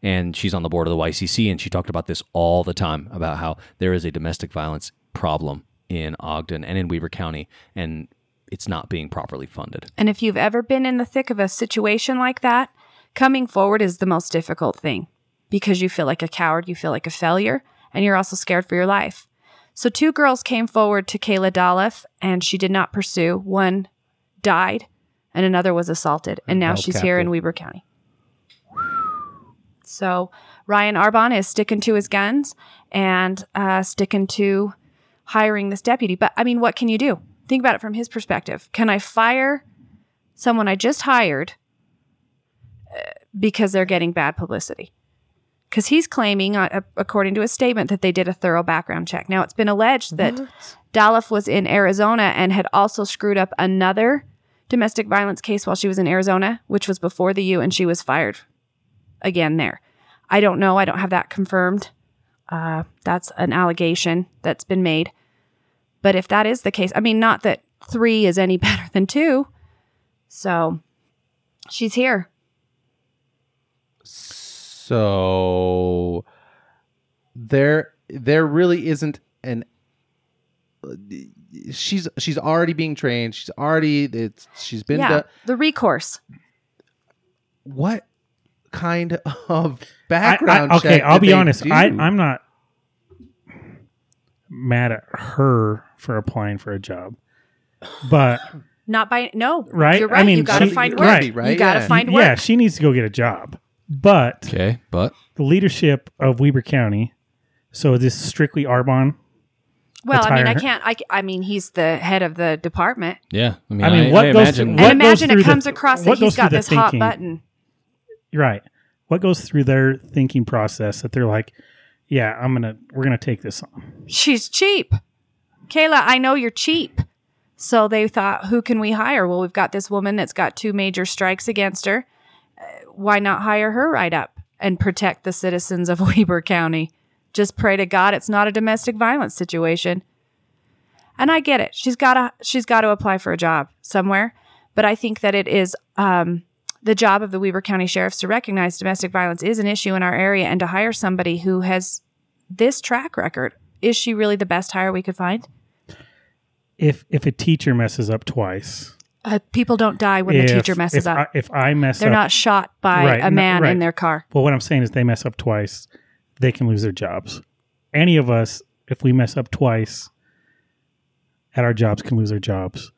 And she's on the board of the YCC, and she talked about this all the time about how there is a domestic violence problem in Ogden and in Weber County, and it's not being properly funded. And if you've ever been in the thick of a situation like that, coming forward is the most difficult thing because you feel like a coward, you feel like a failure, and you're also scared for your life. So, two girls came forward to Kayla Dolliff and she did not pursue. One died and another was assaulted. And now Hell, she's here in Captain. Weber County. So, Ryan Arbon is sticking to his guns and uh, sticking to hiring this deputy. But I mean, what can you do? Think about it from his perspective. Can I fire someone I just hired uh, because they're getting bad publicity? Because he's claiming, uh, uh, according to his statement, that they did a thorough background check. Now, it's been alleged that Dalif was in Arizona and had also screwed up another domestic violence case while she was in Arizona, which was before the U, and she was fired again there. I don't know. I don't have that confirmed. Uh, that's an allegation that's been made. But if that is the case, I mean, not that three is any better than two. So she's here. So there there really isn't an she's she's already being trained. She's already it's she's been yeah. done. the recourse. what kind of I- background I, okay, check I'll did be they honest. do? I, I'm not mad at her for applying for a job, but Not by, no. Right? You're I right. mean, you got to she- find work. right. Right, You got to yeah. find work. yeah, she needs to go get a job. But Okay, but the leadership of Weber County, so is this strictly Arbon? Well, I mean, I attire. can't. I, I mean, he's the head of the department. yeah, I mean, I mean, what goes- imagine- What and goes imagine through it the- comes across that what he's goes got through this the hot thinking? button. You're right. What goes through their thinking process that they're like, yeah, I'm gonna we're gonna take this on. She's cheap. Kayla, I know you're cheap. So they thought, who can we hire? Well, we've got this woman that's got two major strikes against her. Uh, why not hire her right up and protect the citizens of Weber County? Just pray to God it's not a domestic violence situation. And I get it. She's got to she's got to apply for a job somewhere, but I think that it is um, the job of the Weber County sheriffs to recognize domestic violence is an issue in our area and to hire somebody who has this track record. Is she really the best hire we could find? If if a teacher messes up twice, Uh, people don't die when if- the teacher messes if up. I, if I mess They're up, not shot by Right, a no- man in right. their car. Well, what I'm saying is they mess up twice, they can lose their jobs. Any of us, if we mess up twice at our jobs, can lose our jobs.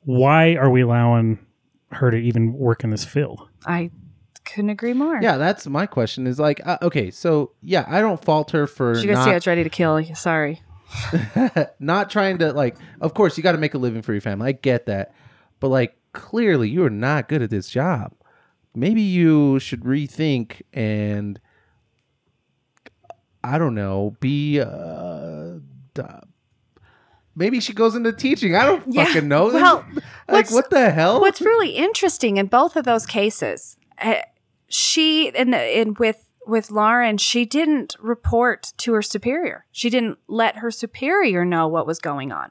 Why are we allowing her to even work in this field? I couldn't agree more. yeah, that's my question. Is like, uh, okay, so yeah, I don't fault her for She could see I not, was ready to kill. you. Sorry. not trying to like. Of course, you got to make a living for your family. I get that, but like, clearly, you are not good at this job. Maybe you should rethink and I don't know, be. Uh, duh. Maybe she goes into teaching. I don't Yeah, fucking know. well, like what's- what the hell? What's really interesting in both of those cases, uh, she in the, in with with Lauren, she didn't report to her superior. She didn't let her superior know what was going on.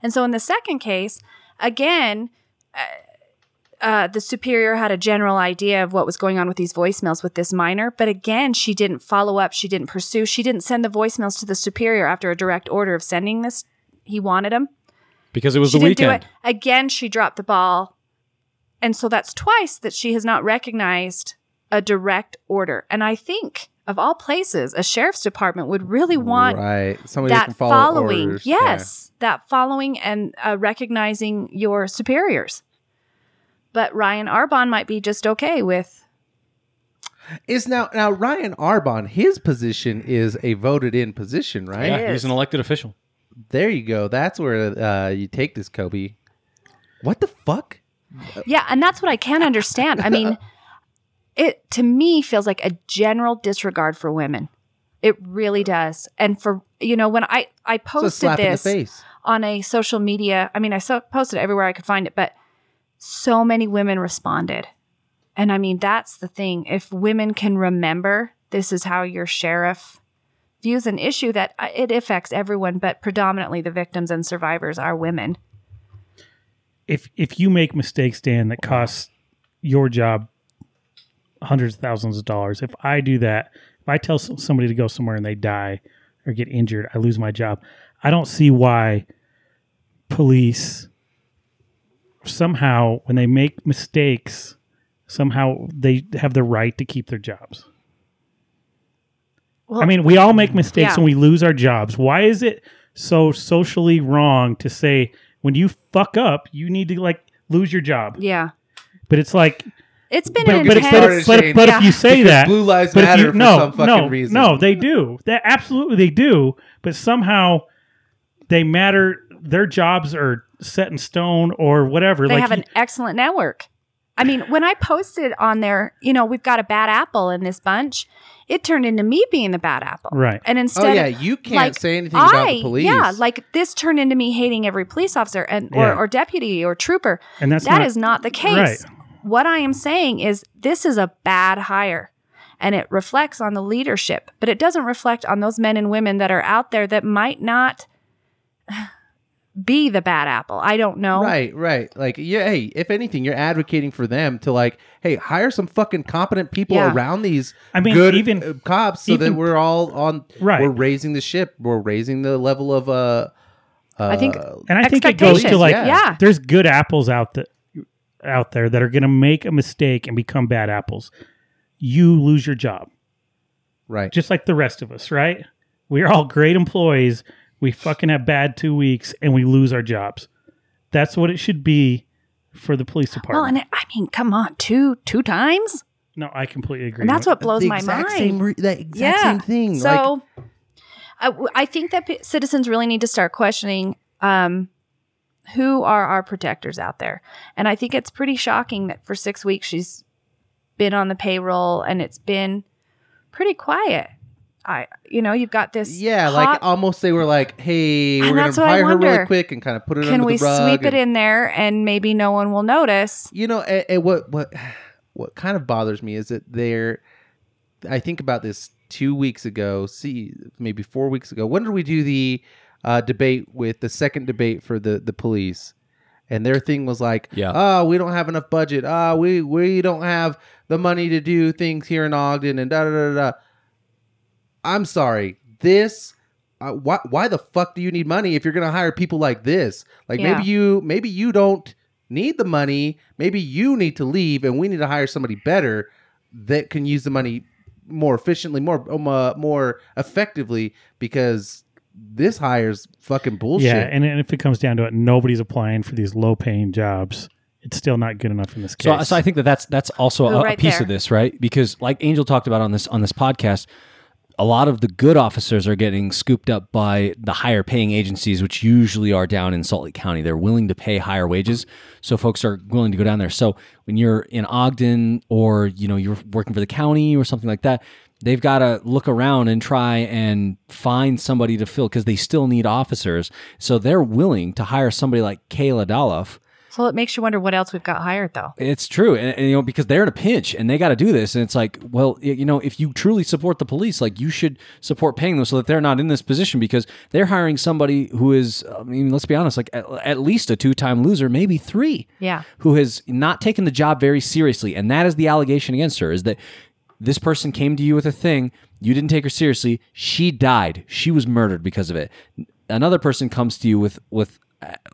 And so in the second case, again, uh, uh, the superior had a general idea of what was going on with these voicemails with this minor, but again, she didn't follow up. She didn't pursue. She didn't send the voicemails to the superior after a direct order of sending this. He wanted them because it was she the didn't weekend. do it again she dropped the ball and so that's twice that she has not recognized a direct order and i think of all places a sheriff's department would really want right? Somebody who can that follow following orders. Yeah. yes that following and uh, recognizing your superiors but ryan arbon might be just okay with is now now Ryan Arbon. His position is a voted in position, right? Yeah, he's an elected official. There you go. That's where uh, you take this, Kobe. What the fuck? yeah and that's what i can't understand i mean it to me feels like a general disregard for women it really does and for you know when i i It's a posted slap in the this face. on a social media i mean i so, posted it everywhere i could find it but so many women responded and i mean that's the thing if women can remember this is how your sheriff views an issue that uh, it affects everyone, but predominantly the victims and survivors are women. if if you make mistakes, Dan, that costs your job hundreds of thousands of dollars. If I do that, if I tell some- somebody to go somewhere and they die or get injured, I lose my job. I don't see why police somehow, when they make mistakes, somehow they have the right to keep their jobs. Well, I mean, we all make mistakes Yeah. and we lose our jobs. Why is it so socially wrong to say when you fuck up, you need to like lose your job? yeah, But it's like, it's been but, an but, get if, intense. but, started, if, but, Shane. if, but Yeah. if you say Because that, blue lives but if matter you, for no, some fucking no, reason. Oh, no, they do. They absolutely they do. But somehow they matter. Their jobs are set in stone or whatever. They like have an excellent network. I mean, when I posted on there, you know, we've got a bad apple in this bunch. It turned into me being the bad apple, Right. And Oh instead, yeah, you can't like, say anything I, about the police. yeah, like this turned into me hating every police officer and or, Yeah. or deputy or trooper. and that's That not, is not the case. Right. What I am saying is this is a bad hire and it reflects on the leadership, but it doesn't reflect on those men and women that are out there that might not be the bad apple. I don't know. Right, right. Like, yeah, hey, if anything, you're advocating for them to like, hey, hire some fucking competent people Yeah. around these I mean, good even- uh, cops so that even- we're all on Right. we're raising the ship, we're raising the level of uh, uh I think and I think it goes to Expectations, like yeah. Yeah. there's good apples out that out there that are going to make a mistake and become bad apples. You lose your job, right. just like the rest of us, right? We're all great employees. We fucking have bad two weeks and we lose our jobs. That's what it should be for the police Well, and department. it, I mean, come on, two two times? no, I completely agree. And that's what blows the my exact mind. Same re- the exact same thing. like, So I, w- I think that p- citizens really need to start questioning um, who are our protectors out there. And I think it's pretty shocking that for six weeks she's been on the payroll and it's been pretty quiet. I, you know, you've got this. yeah, hot- like almost they were like, hey, And we're gonna that's what I hire her really wonder. quick and kind of put it can under we the rug. sweep it and- in there and maybe no one will notice? you know and, and what what what kind of bothers me is that they're i think about this two weeks ago see maybe four weeks ago when did we do the uh, debate with the second debate for the the police and their thing was like Yeah. oh we don't have enough budget ah we we don't have the money to do things here in ogden and da da da da, da i'm sorry this uh, why why the fuck do you need money if you're gonna hire people like this like Yeah. maybe you maybe you don't need the money. Maybe you need to leave, and we need to hire somebody better that can use the money more efficiently, more um, uh, more effectively. Because this hire's fucking bullshit. Yeah, and, and if it comes down to it, nobody's applying for these low-paying jobs. It's still not good enough in this case. So, so I think that that's that's also Oh, a, a right piece of there. this, right? Because like Angel talked about on this on this podcast, a lot of the good officers are getting scooped up by the higher paying agencies, which usually are down in Salt Lake County. They're willing to pay higher wages, so folks are willing to go down there. So when you're in Ogden or you know you're working for the county or something like that, they've got to look around and try and find somebody to fill because they still need officers. So they're willing to hire somebody like Kayla Dolliff. So it makes you wonder what else we've got hired, though. It's true, and, and, you know because they're in a pinch and they got to do this, and it's like, well, y- you know, if you truly support the police, like you should support paying them so that they're not in this position because they're hiring somebody who is, I mean, let's be honest, like at, at least a two-time loser, maybe three, Yeah. who has not taken the job very seriously, and that is the allegation against her is that this person came to you with a thing you didn't take her seriously, she died, she was murdered because of it. Another person comes to you with with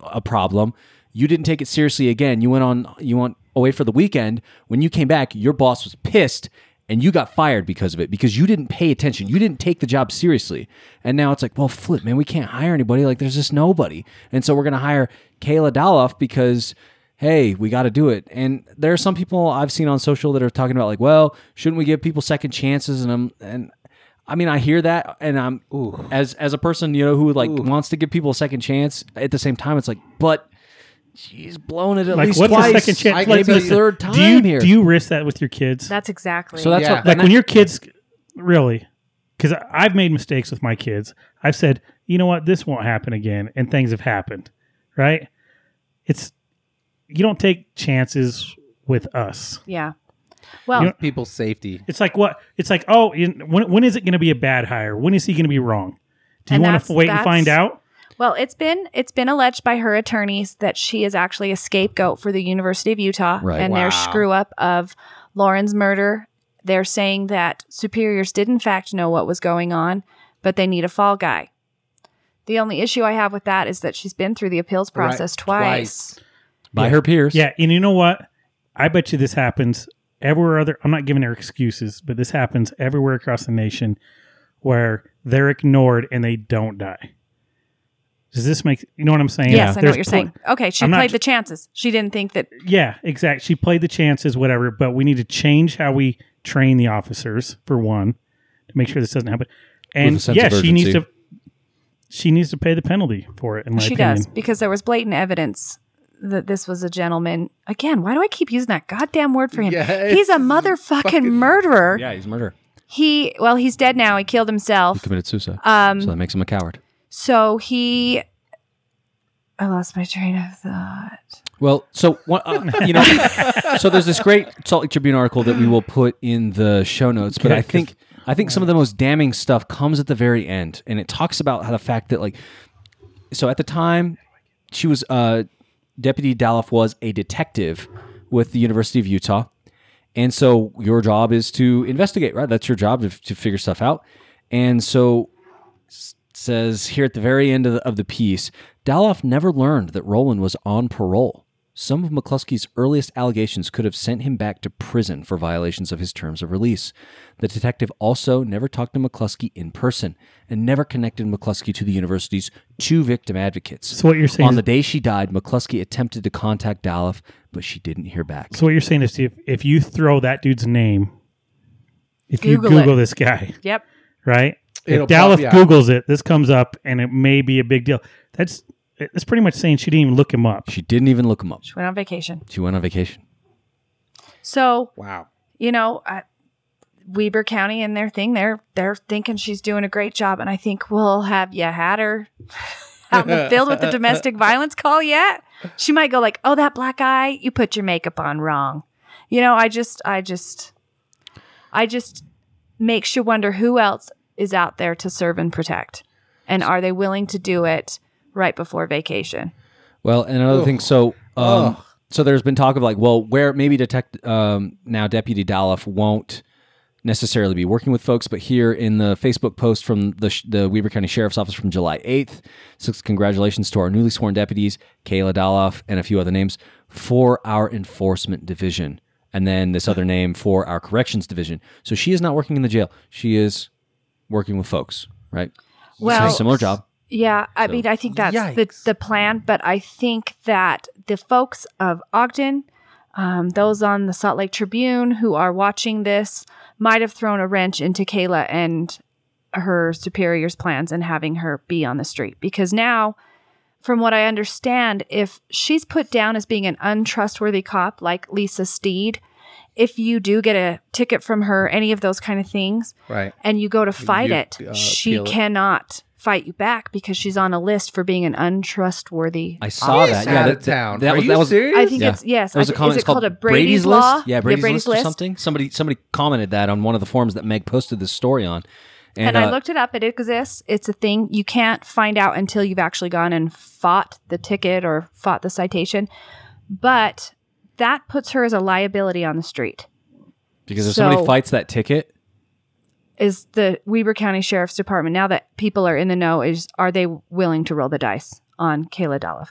a problem. You didn't take it seriously again. You went on you went away for the weekend. When you came back, your boss was pissed and you got fired because of it because you didn't pay attention. You didn't take the job seriously. And now it's like, well, flip, man, we can't hire anybody. Like there's just nobody. And so we're going to hire Kayla Doloff because hey, we got to do it. And there are some people I've seen on social that are talking about like, well, shouldn't we give people second chances and I'm and I mean, I hear that, and I'm as as a person, you know, who like wants to give people a second chance. At the same time, it's like, but she's blown it at like, least what's twice, the second I chance? can Like, tell maybe a you- third time do you here. do you risk that with your kids? That's exactly. so that's Yeah. what, like and when that- your kids really, because I've made mistakes with my kids. I've said, you know what, this won't happen again, and things have happened. Right? It's you don't take chances with us. yeah. Well, You know- people's safety. It's like what? It's like oh, you, when when is it going to be a bad hire? When is he going to be wrong? Do you And want that's- to wait and find that's- out? Well, it's been it's been alleged by her attorneys that she is actually a scapegoat for the University of Utah Right. and Wow. their screw up of Lauren's murder. They're saying that superiors did in fact know what was going on, but they need a fall guy. The only issue I have with that is that she's been through the appeals Right, process twice. twice. by her peers. Yeah, and you know what? I bet you this happens everywhere other I'm not giving her excuses, but this happens everywhere across the nation where they're ignored and they don't die. Does this make you know what I'm saying? Yes, I know There's what you're pl- saying. Okay, she I'm not played j- the chances. She didn't think that Yeah, exact. She played the chances, whatever, but we need to change how we train the officers for one to make sure this doesn't happen. And a sense yeah, of she needs to urgency. she needs to pay the penalty for it in my she opinion. does because there was blatant evidence that this was a gentleman. Again, why do I keep using that goddamn word for him? Yeah, He's a it's motherfucking fucking- murderer. yeah, he's a murderer. He well, he's dead now. He killed He himself. committed suicide, so Um, that makes him a coward. so he, I lost my train of thought. Well, so what, uh, you know, so there's this great Salt Lake Tribune article that we will put in the show notes, but Okay, I think I think some of the most damning stuff comes at the very end, and it talks about how the fact that like, so at the time, she was uh, Deputy Dalloff was a detective with the University of Utah, and so your job is to investigate, right? That's your job to, to figure stuff out, and so says here at the very end of the, of the piece Daloff never learned that Roland was on parole. Some of McCluskey's earliest allegations could have sent him back to prison for violations of his terms of release. The detective also never talked to McCluskey in person and never connected McCluskey to the university's two victim advocates. So what you're saying On is- the day she died, McCluskey attempted to contact Daloff, but she didn't hear back. So what you're saying is if if you throw that dude's name, if Google you it. Google this guy, Yep. right? It'll if Dallas pop- yeah. Googles it, this comes up and it may be a big deal. That's that's pretty much saying she didn't even look him up. she didn't even look him up. She went on vacation. She went on vacation. So Wow. you know, I, Weber County and their thing, they're they're thinking she's doing a great job, and I think we'll have you had her out in the field with the domestic violence call yet. She might go like, "Oh, that black eye, you put your makeup on wrong." You know, I just, I just, I just makes you wonder who else is out there to serve and protect, and are they willing to do it right before vacation? Well, and another thing, so um, Ugh. so there's been talk of like, well, where maybe detect um, now Deputy Daloff won't necessarily be working with folks, but here in the Facebook post from the sh- the Weber County Sheriff's Office from July 8th, says congratulations to our newly sworn deputies, Kayla Daloff and a few other names for our enforcement division, and then this other name for our corrections division. So she is not working in the jail; she is working with folks, right? Well, similar job. Yeah, I So- mean, I think that's the, Yikes. the plan, but I think that the folks of Ogden, um, those on the Salt Lake Tribune who are watching this, might have thrown a wrench into Kayla and her superior's plans and having her be on the street because now, from what I understand, if she's put down as being an untrustworthy cop like Lisa Steed, if you do get a ticket from her, any of those kind of things, Right. and you go to fight You, it, uh, she appeal it. cannot fight you back because she's on a list for being an untrustworthy. I saw officer. that. He's Yeah, out that- of town. that Are was- you that was- serious? I think it's yes. There I was a thi- comment. is it it's called, called, a Brady's, law? Yeah, Brady's, list, or something. Somebody somebody commented that on one of the forums that Meg posted this story on, and, And, uh, I looked it up. It exists. It's a thing. You can't find out until you've actually gone and fought the ticket or fought the citation. But that puts her as a liability on the street. because if so- somebody fights that ticket, Is the Weber County Sheriff's Department now that people are in the know? Is are they willing to roll the dice on Kayla Dolliff?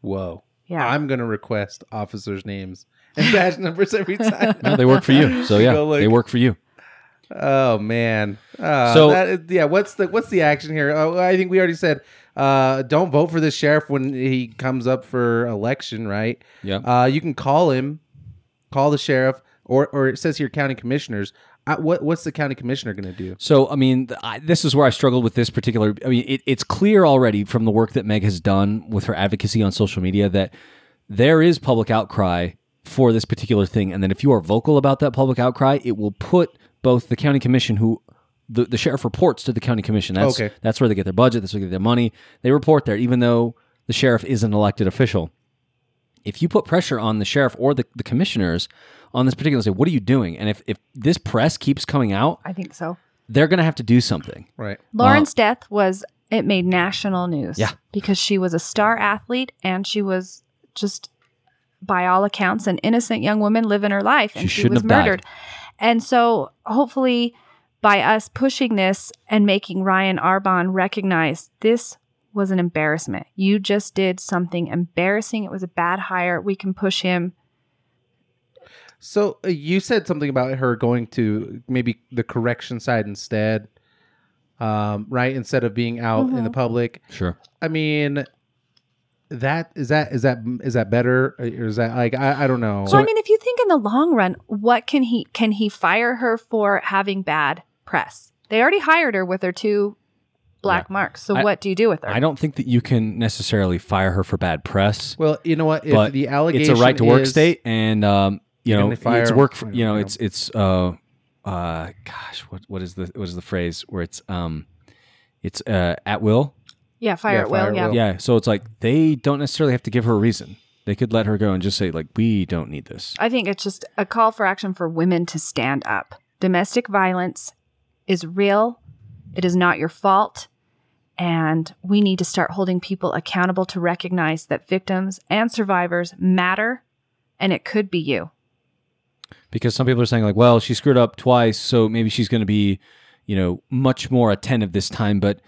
Whoa. Yeah. I'm gonna request officers' names and badge numbers every time. no, they work for you. So You yeah, go, like- they work for you. Oh man. Uh, So- that is- yeah, what's the what's the action here? Oh, I think we already said uh, don't vote for the sheriff when he comes up for election, right? Yeah. Uh, you can call him, call the sheriff, or or it says here county commissioners. I, what what's the county commissioner going to do? So, I mean, th- I, this is where I struggled with this particular. I mean, it, it's clear already from the work that Meg has done with her advocacy on social media that there is public outcry for this particular thing. And then if you are vocal about that public outcry, it will put both the county commission, who the, the sheriff reports to the county commission. That's, Okay. that's where they get their budget, that's where they get their money. They report there, even though the sheriff is an elected official if you put pressure on the sheriff or the, the commissioners on this particular say, what are you doing? And if, if this press keeps coming out, I think so. they're going to have to do something. Right. Lauren's death was it made national news. Yeah. Because she was a star athlete and she was just by all accounts an innocent young woman living her life and She she, was shouldn't have died. murdered. And so hopefully by us pushing this and making Ryan Arbon recognize this was an embarrassment. You just did something embarrassing. It was a bad hire. We can push him. So uh, you said something about her going to maybe the correction side instead, um, right? Instead of being out in the public. Sure. I mean, that is that is that is that better or is that like I, I don't know. well, I mean, if you think in the long run, what can he can he fire her for having bad press? They already hired her with her two black marks. So I- what do you do with her? I don't think that you can necessarily fire her for bad press. well, you know what? If But the allegation it's a right to work is- state, and um, you You're know, gonna fire- it's work. For, you know, yeah. it's it's uh, uh, gosh, what what is the what is the phrase where it's um, it's uh, at will. yeah, fire Yeah, at will. fire at yeah. will. Yeah, so it's like they don't necessarily have to give her a reason. They could let her go and just say like, we don't need this. I think it's just a call for action for women to stand up. Domestic violence is real. It is not your fault. And we need to start holding people accountable to recognize that victims and survivors matter and it could be you. because some people are saying like well she screwed up twice so maybe she's going to be you know much more attentive this time but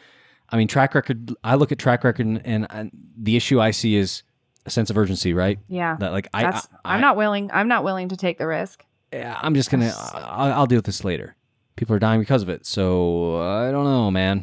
i mean track record i look at track record and, and, and the issue i see is a sense of urgency right Yeah. that like i, I, That's, I, am not willing. I'm not willing to take the risk. i'm just gonna I'll, I'll deal with this later people are dying because of it so i don't know man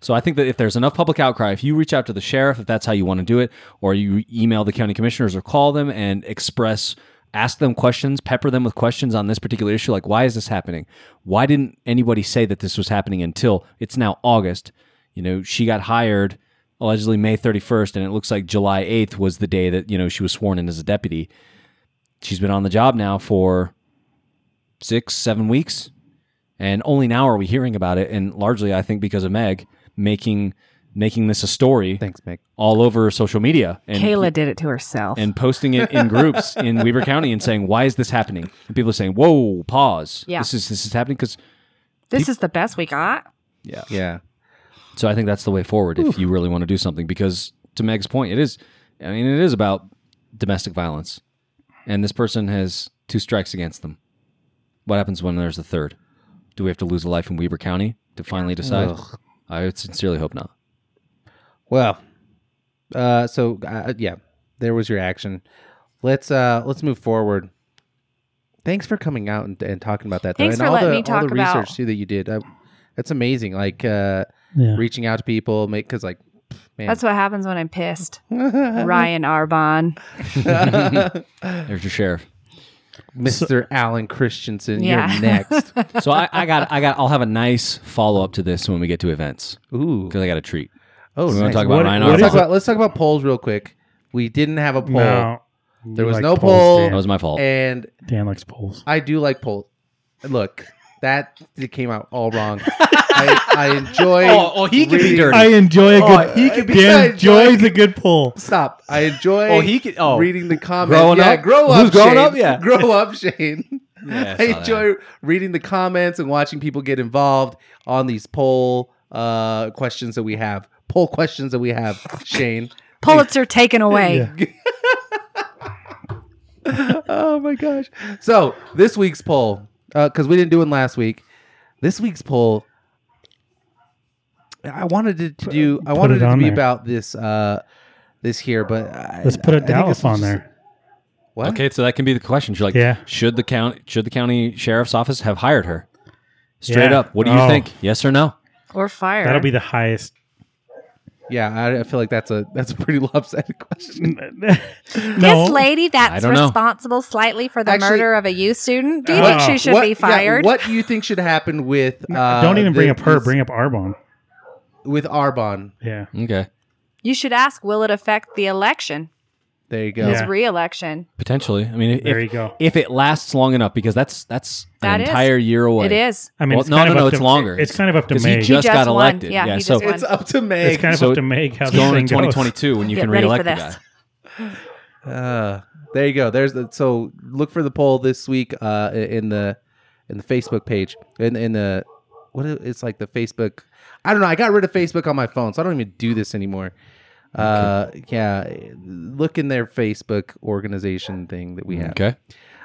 so i think that if there's enough public outcry if you reach out to the sheriff if that's how you want to do it or you email the county commissioners or call them and express ask them questions, pepper them with questions on this particular issue. Like, why is this happening? Why didn't anybody say that this was happening until it's now August? You know, she got hired allegedly May 31st, and it looks like July 8th was the day that, you know, she was sworn in as a deputy. She's been on the job now for six, seven weeks. And only now are we hearing about it. And largely, I think, because of Meg making making this a story Thanks, Meg. all over social media. And Kayla did it to herself. and posting it in groups in Weber County and saying, "Why is this happening?" And people are saying, "Whoa, pause! Yeah. This is this is happening." Because this is the best we got. yeah, Yeah. so I think that's the way forward if you really want to do something. Because to Meg's point, it is, I mean, it is about domestic violence, and this person has two strikes against them. What happens when there's a third? Do we have to lose a life in Weber County to finally decide? Ugh. I would sincerely hope not. Well, uh, so uh, yeah, there was your action. Let's uh, let's move forward. Thanks for coming out and, and talking about that. though, Thanks and for all letting the, me all talk the about- research too that you did. Uh, that's amazing. Like uh, Yeah. reaching out to people, make because like pff, man, That's what happens when I'm pissed. Ryan Arbon. There's your sheriff. Mr. Alan Christensen, Yeah. you're next. So I, I got, I got, I'll have a nice follow up to this when we get to events Ooh, because I got a treat. oh, We nice. want to talk about What- Ryan what let's, is talk Arbus. it? about, let's talk about polls real quick. We didn't have a poll, No. There You was like no polls, poll. Dan. That was my fault. and Dan likes polls. I do like poll. Look, that it came out all wrong. I, I enjoy. Oh, oh, he can be reading- dirty. I enjoy a good. Oh, he could be- I Dan enjoy- enjoys a good poll. Stop. I enjoy. Oh, he could- oh. reading the comments. Growing yeah, up? grow up. Who's growing Shane. up? Yeah. grow up, Shane. Yeah, I I saw that. enjoy reading the comments and watching people get involved on these poll uh, questions that we have. Poll questions that we have, Shane. Pulitzer taken away. Yeah. oh my gosh. So this week's poll, because we didn't do one last week. This week's poll, I wanted it to do. I put wanted it it, to on be there. about this. Uh, this here, but I, Let's put I a think this Dallas is on just- there. What? Okay, so that can be the question. You're like, Yeah. should the county should the county sheriff's office have hired her? Straight Yeah. up, what do you Oh. think? Yes or no? Or fire. That'll be the highest. Yeah, I, I feel like that's a that's a pretty lopsided question. no. This lady I that's don't know. responsible slightly for the Actually- murder of a U student. Do you What- think she should what, be yeah, fired? what do you think should happen with? Uh, Don't even bring the- up her. this- Bring up Arbon. with Arbon. Yeah. Okay, You should ask, will it affect the election? There you go. His Yeah. re-election. potentially. I mean, There you if, go. if it lasts long enough, because that's that's That an is. entire year away. It is. I mean, Well, it's no, kind no, of no, up it's to- longer. It's kind of up to Because he Meg. just, just got won. elected. Yeah, he so just won. It's up to Meg. it's kind of So up to Meg how it's this going in thing goes. 2022 when you Get can ready for reelect the guy. this. Uh, there you go. There's the, so look for the poll this week uh, in the in the Facebook page in in the what is, it's like the Facebook. I don't know. I got rid of Facebook on my phone, so I don't even do this anymore. Uh, yeah, look in their Facebook organization thing that we have. Okay.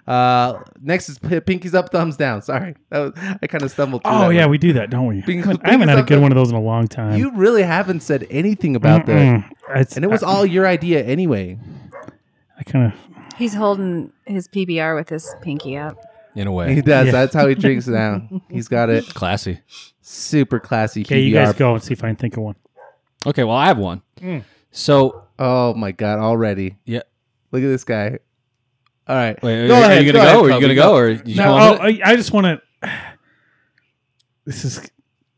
Uh, next is p- pinkies up, thumbs down. Sorry, that was, I kind of stumbled. Through Oh that yeah, one. we do that, don't we? Bing- I haven't- Bing I haven't had a is good up one of those in a long time. you really haven't said anything about that, Mm-mm. It's- and it was I, all your idea anyway. I kind of He's holding his PBR with his pinky up. In a He way. does. Yeah. That's how he drinks now. He's got it Classy. super classy. okay. You PBR. guys go and see if I can think of one. Okay, well, I have one. Mm. So, Oh my god! Already. Yeah. Look at this guy. All right. wait, Go are, ahead, you go going to ahead, go? Or are Kobe, you going to go. go? Or you No, want oh, I, I just want to. This is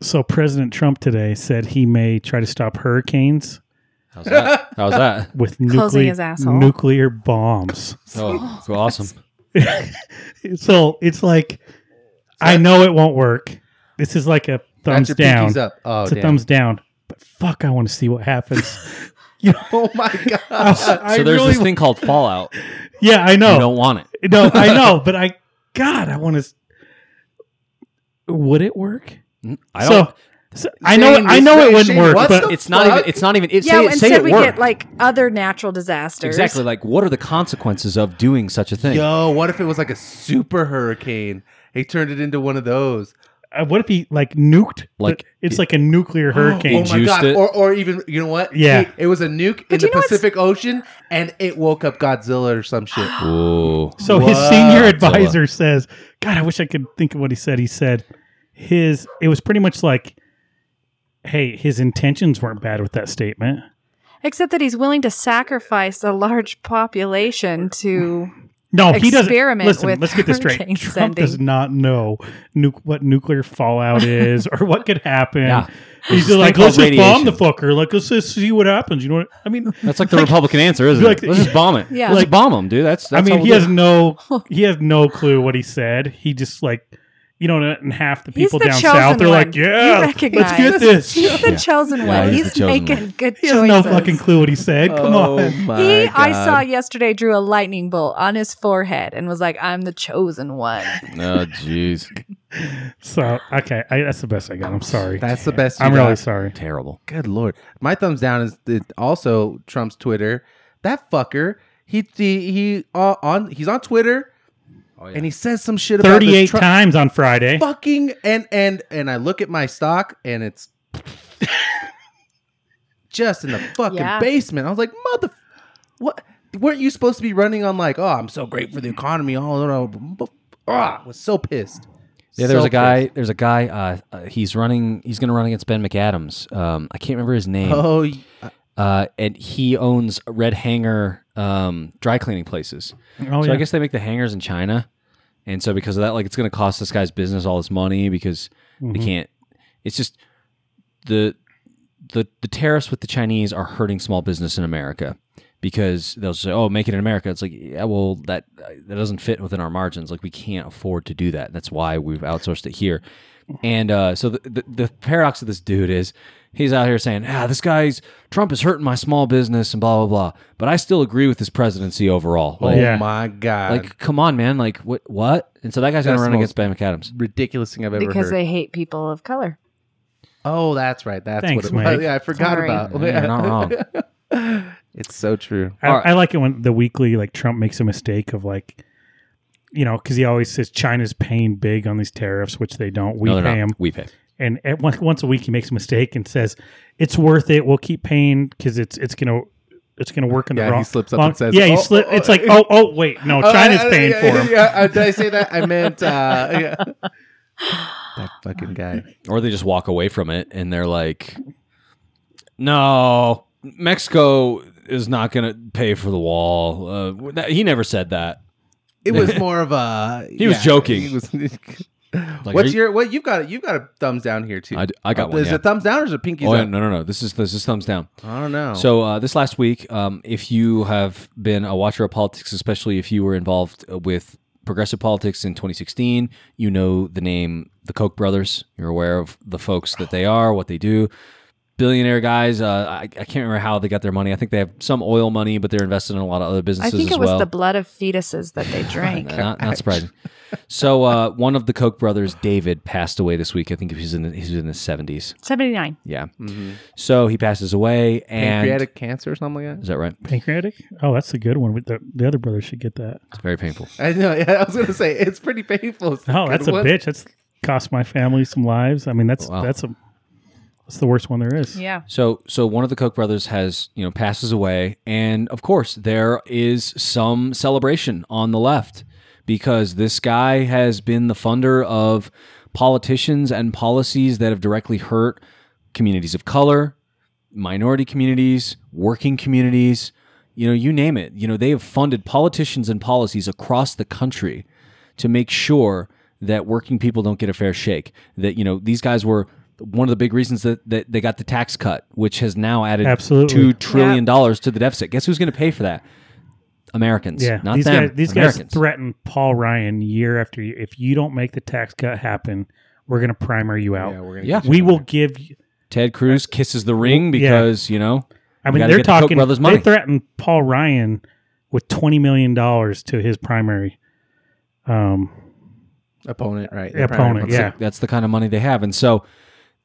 so. President Trump today said he may try to stop hurricanes How's that? How's that? with Closing nuclear his asshole. nuclear bombs. Oh, so awesome. So it's like, I know it won't work. This is like a thumbs That's your down. pinkies up. Oh, it's a damn. thumbs down. But fuck, I want to see what happens. oh my I, god. So I there's really, this thing called Fallout. yeah, I know. You don't want it. No, I know, but I, God, I want to. Would it work? Mm, I don't. So, so I know, I know it wouldn't work, what but the it's not fuck? even. It's not even. It, yeah, say, it- say instead it we worked. get like other natural disasters. exactly. Like, what are the consequences of doing such a thing? Yo, what if it was like a super hurricane? He turned it into one of those. uh, what if he like nuked? Like- Like it's like a nuclear hurricane. Oh my Juiced god! it. Or, or even you know what? Yeah. He- it was a nuke in But the you know what's- Pacific Ocean, and it woke up Godzilla or some shit. Ah, Ooh. so his Wow. senior advisor says, "God, I wish I could think of what he said." He said, "His it was pretty much like, hey, his intentions weren't bad with that statement." Except that he's willing to sacrifice a large population to. No, he doesn't. Experiment Listen, with let's get this straight. hurricane Trump does sending. not know nu- what nuclear fallout is or what could happen. Yeah. this He's just like, thing let's called just bomb the radiation." fucker. Like, let's just see what happens. You know what I mean? That's like the Republican answer, isn't like- it? Let's just bomb it. Yeah. Let's Like- bomb them, dude. That's. I that's mean, how he we'll has do it. no he has no clue what he said. He just like, you know, and half the He's people the down chosen south are one. like, You yeah, let's recognize. get this. he He's the chosen Yeah, one. he's He's, the chosen making one. good has choices. no fucking clue what he said. Come oh on. my He, I God. saw yesterday, drew a lightning bolt on his forehead and was like, "I'm the chosen one." Oh, jeez. So okay, I, that's the best I got. I'm sorry. That's the best. you I'm really got. sorry. Terrible. Good lord. My thumbs down is the, also Trump's Twitter. That fucker. He he, he uh, on he's on Twitter Oh, yeah. and he says some shit about this Thirty-eight Trump- times on Friday. Fucking and and and I look at my stock and it's just in the fucking Yeah. basement. I was like, mother, what? Weren't you supposed to be running on like, oh, I'm so great for the economy? Oh no, no. Ah, was so pissed. Yeah, there's So a guy. pissed. There's a guy. Uh, uh, he's running. He's going to run against Ben McAdams. Um, I can't remember his name. Oh, y- uh, Uh, and he owns Red Hanger um, dry cleaning places. Oh so yeah. I guess they make the hangers in China, and so because of that, like it's going to cost this guy's business all this money because they Mhm. can't. It's just the the the tariffs with the Chinese are hurting small business in America because they'll say, "Oh, make it in America." It's like, yeah, well, that that doesn't fit within our margins. Like we can't afford to do that. That's why we've outsourced it here. And uh, so the, the the paradox of this dude is he's out here saying, "Ah, this guy's Trump is hurting my small business and blah blah blah," but I still agree with his presidency overall. oh Like, Yeah. my god! like, come on, man. Like, what? What? And so that guy's going That's to run the against Ben McAdams. ridiculous thing I've ever because heard. they hate people of color. Oh, that's right. That's Thanks, what it was. Mike. Yeah, I forgot Sorry. about. Yeah, you're not it's so true. I, All right. I like it when the weekly like Trump makes a mistake of like, you know, because he always says China's paying big on these tariffs, which they don't. We No, pay they're 'em. pay not. them, We pay. and at once, once a week he makes a mistake and says it's worth it. We'll keep paying because it's it's gonna it's gonna work in Yeah, the he wrong. slips up long- and says, yeah, he "Oh, slip. oh, It's oh." like, oh, oh, wait, no, China's Oh, I- I- paying I- for him. yeah, uh, did I say that? I meant uh, yeah. that fucking guy. Or they just walk away from it and they're like, no, Mexico is not going to pay for the wall. Uh, that- he never said that. It was more of a. He was joking. he was- Like, are What's you- your what? You've got you've got a thumbs down here too. Uh, I, d- I got one. Is Yeah. it thumbs down or is it pinkies Oh, yeah, up? no, no, no. This is this is thumbs down. I don't know. So uh, this last week, um, if you have been a watcher of politics, especially if you were involved uh, with progressive politics in 2016, you know the name the Koch brothers. You're aware of the folks that they are, what they do. billionaire guys. Uh, I, I can't remember how they got their money. I think they have some oil money, but they're invested in a lot of other I businesses think as it was well. Uh, the blood of fetuses that they drank. not, not surprising. So uh, one of the Koch brothers, David, passed away this week. I think he was in he was in his seventies. 79. Yeah. Mhm. So he passes away, and Pancreatic cancer or something like is that right? Pancreatic? Oh, that's a good one. With The, the other brother should get that. It's very painful. that? I know. Yeah, I was gonna say it's pretty painful. It's Oh, good that's a one. bitch. That's cost my family some lives. I mean, that's Wow. that's a that's the worst one there is. Yeah. So so one of the Koch brothers has you know passes away, and of course there is some celebration on the left because this guy has been the funder of politicians and policies that have directly hurt communities of color, minority communities, working communities, you know, you name it. You know, they have funded politicians and policies across the country to make sure that working people don't get a fair shake. That, you know, these guys were one of the big reasons that, that they got the tax cut, which has now added Absolutely. two trillion dollars to the deficit. Guess who's going to pay for that? Americans, Yeah, not these them. guys. These Americans. guys threaten Paul Ryan year after year. If you don't make the tax cut happen, we're going to primer you out. Yeah, we're gonna Yeah. get you we in will there. give. you- Ted Cruz kisses the ring Yeah. because you know I We gotta mean, they're get the Koch talking. brothers' money. They threatened Paul Ryan with twenty million dollars to his primary. Um, opponent, right? Yeah, opponent, yeah. that's the kind of money they have. And so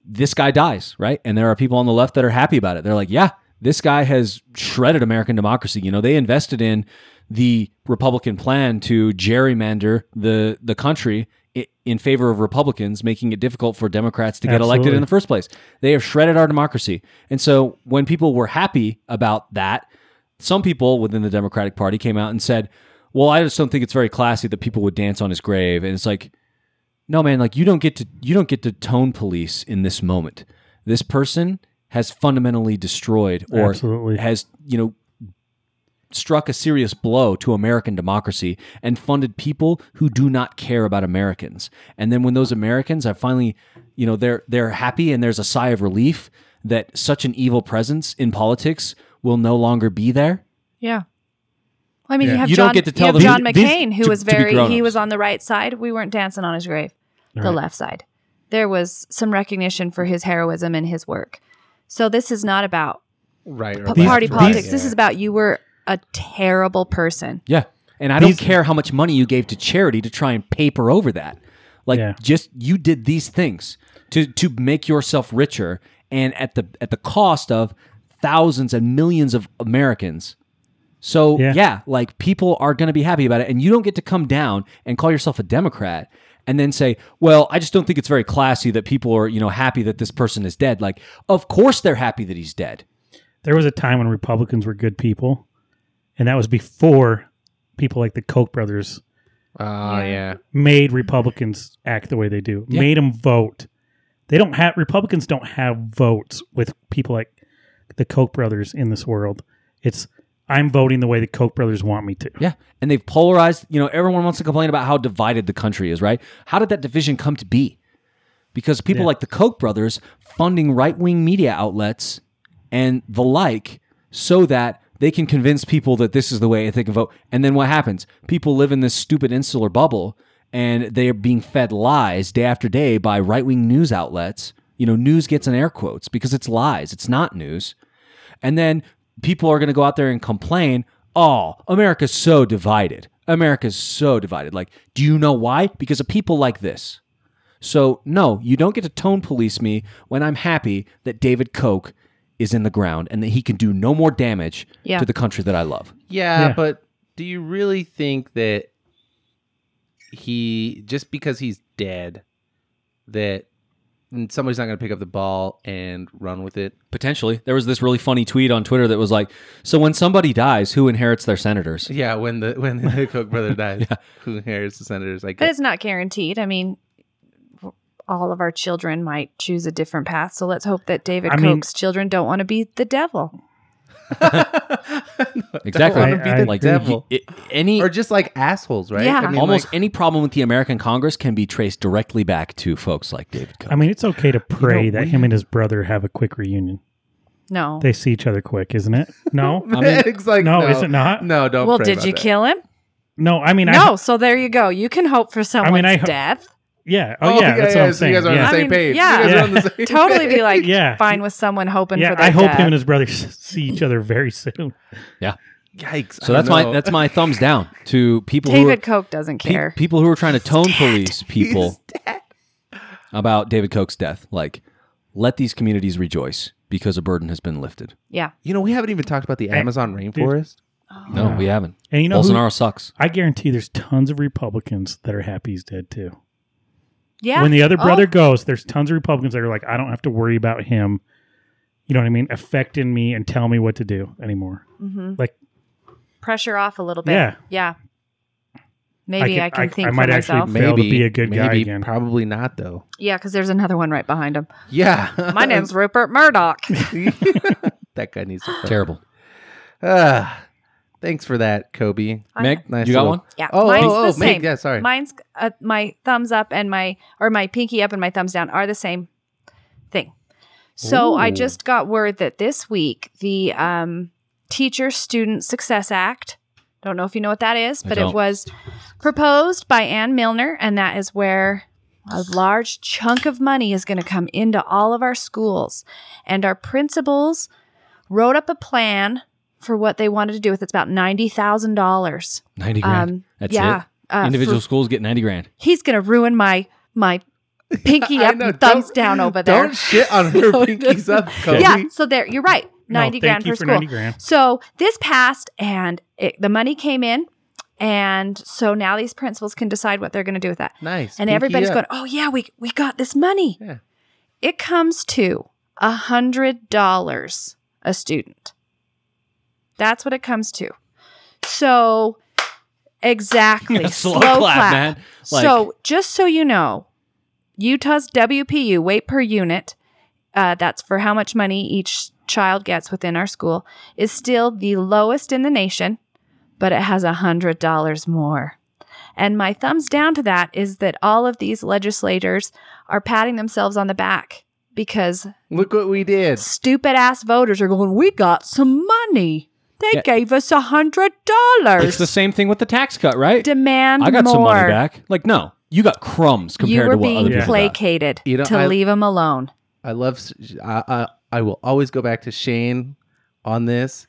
this guy dies, right? And there are people on the left that are happy about it. They're like, yeah, this guy has shredded American democracy. You know, they invested in the Republican plan to gerrymander the the country i- in favor of Republicans, making it difficult for Democrats to get elected Absolutely. in the first place. They have shredded our democracy. And so when people were happy about that, some people within the Democratic Party came out and said, "Well, I just don't think it's very classy that people would dance on his grave." And it's like, no man like you don't get to you don't get to tone police in this moment this person has fundamentally destroyed or Absolutely. has you know struck a serious blow to american democracy and funded people who do not care about americans and then when those americans are finally you know they're they're happy and there's a sigh of relief that such an evil presence in politics will no longer be there Yeah. Well, I mean, Yeah. you have You don't John, get to tell you them- have John These- these- McCain, who to- was to be very, he grown-ups. was on the right side. We weren't dancing on his grave, the Right. left side. There was some recognition for his heroism and his work. So this is not about Right. or p- left, party right, politics. This yeah. is about you were a terrible person. Yeah. And I These- don't care how much money you gave to charity to try and paper over that. Like Yeah. just you did these things to to make yourself richer and at the at the cost of thousands and millions of Americans. So yeah, Yeah. like people are going to be happy about it and you don't get to come down and call yourself a democrat and then say, "Well, I just don't think it's very classy that people are, you know, happy that this person is dead." Like, of course they're happy that he's dead. there was a time when Republicans were good people, and that was before people like the Koch brothers Ah, yeah. made Republicans act the way they do, Made 'em made them vote. They don't have Republicans don't have votes with people like the Koch brothers in this world. It's I'm voting the way the Koch brothers want me to. Yeah. And they've polarized, you know, everyone wants to complain about how divided the country is, right? How did that division come to be? Because people Yeah. like the Koch brothers funding right wing media outlets and the like so that they can convince people that this is the way they can vote. And then what happens? People live in this stupid insular bubble and they are being fed lies day after day by right wing news outlets. You know, news gets in air quotes because it's lies, it's not news. And then people are going to go out there and complain, oh, America's so divided. America's so divided. Like, do you know why? Because of people like this. So, no, you don't get to tone police me when I'm happy that David Koch is in the ground and that he can do no more damage Yeah. to the country that I love. yeah. Yeah. but do you really think that he just because he's dead that somebody's not going to pick up the ball and run with it? Potentially. There was this really funny tweet on Twitter that was like, so when somebody dies, who inherits their senators? Yeah, when the when the Koch brother dies, who inherits the senators? Like, But it's not guaranteed. I mean, all of our children might choose a different path. So let's hope that David I Koch's mean- children don't want to be the devil. Exactly. wanna be the like, devil. y- i- any or just like assholes, right? Yeah. almost like- any problem with the American Congress can be traced directly back to folks like David Koch. I mean, it's okay to pray You know, that him and his brother have a quick reunion. No. They see each other quick, isn't it? No, I mean- it's like no, no, is it not? No, don't. well, pray did about you that. kill him? no. I mean, no. So there you go. You can hope for someone's I ho- death. Yeah. Oh, yeah. That's what I'm so saying. You guys are on the yeah. same I mean, page. yeah. You guys Yeah. are on the same totally be like Yeah. fine with someone hoping yeah, for that. I hope death. him and his brother see each other very soon. Yikes. So I that's don't my know. that's my thumbs down to people who are, David Koch doesn't pe- care. people who are trying to tone police people about David Koch's death. Like, let these communities rejoice because a burden has been lifted. yeah. You know, we haven't even talked about the Amazon rainforest. No, Yeah. we haven't. And you know, who- Bolsonaro sucks. I guarantee there's tons of Republicans that are happy he's dead too. Yeah. When the other Oh. brother goes, there's tons of Republicans that are like, I don't have to worry about him. You know what I mean? Affecting me and telling me what to do anymore. Mhm. like- pressure off a little bit. Yeah. Yeah. Maybe can- I can, I- think I for might actually- myself. Fail to be a good guy maybe, again. Probably not though. Yeah, because there's another one right behind him. Yeah. My name's Rupert Murdoch. that guy needs to fuck. Terrible. Ah, thanks for that, Kobe. I- Meg, Nice you got little- one? yeah. Oh, mine's oh, the oh, Meg, same. yeah, sorry. Mine's uh, my thumbs up and my or my pinky up and my thumbs down are the same thing. So I Ooh. just got word that this week the um, Teacher Student Success Act. Don't know if you know what that is, I but don't. it was proposed by Ann Milner, and that is where a large chunk of money is going to come into all of our schools. And our principals wrote up a plan for what they wanted to do with it. It's about ninety thousand dollars. 90 grand. Um, That's yeah, it. uh, Individual for- schools get 90 grand. he's gonna ruin my my pinky I up, know, and thumbs don't- down over there. Don't shit on her pinkies up, Kobe. yeah, so there, you're right. No, Ninety thank grand you per for school. 90 grand. So this passed, and it, the money came in, and so now these principals can decide what they're going to do with that. Nice. And pinky everybody's up. going, "Oh yeah, we we got this money." Yeah. It comes to a hundred dollars a student. That's what it comes to. So exactly, Slow clap, man. Like- so, just so you know, Utah's WPU weight per unit, uh, that's for how much money each child gets within our school, is still the lowest in the nation, but it has $100 more. And my thumbs down to that is that all of these legislators are patting themselves on the back because Look what we did. stupid ass voters are going, We got some money. They Yeah. gave us a $100. It's the same thing with the tax cut, right? Demand I got more. some money back. Like, no, you got crumbs you compared were to what being other people got. placated You know, to I- leave him alone. I love. s- I, I I will always go back to Shane on this.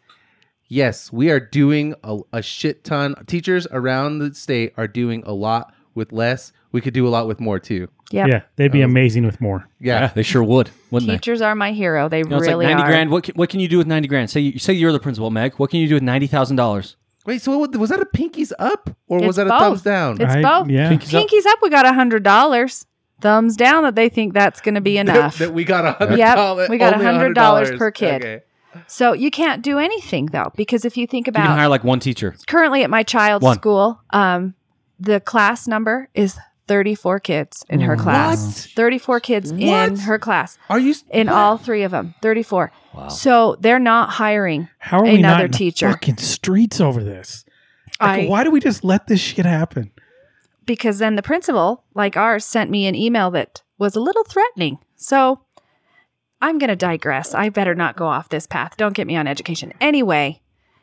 Yes, we are doing a, a shit ton. Teachers around the state are doing a lot with less. We could do a lot with more too. Yep. Yeah, they'd be That was- amazing with more. Yeah, Yeah, they sure would, wouldn't they? Teachers are my hero. They You know, it's really like 90 are. grand. What can, what can you do with 90 grand? Say you say you're the principal, Meg. What can you do with $90,000? Wait, so what, was that a pinkies up or was It's that a both. thumbs down? It's I- both. Yeah. Pinkies up. Pinkies up. We got a hundred dollars. Thumbs down that they think that's going to be enough. that we got a hundred Yep, dollars. we got only $100 per kid. Okay. so you can't do anything though, because if you think You can about hire like one teacher. currently at my child's One. school, um, the class number is thirty-four kids in her class. Thirty-four kids in What? her class Are you? s- in all three of them. Thirty-four. Wow. So they're not hiring. How are we Another not in the teacher. fucking streets over this? Like, I- why do we just let this shit happen? because then the principal, like ours, sent me an email that was a little threatening. So I'm going to digress. I better not go off this path. Don't get me on education. Anyway,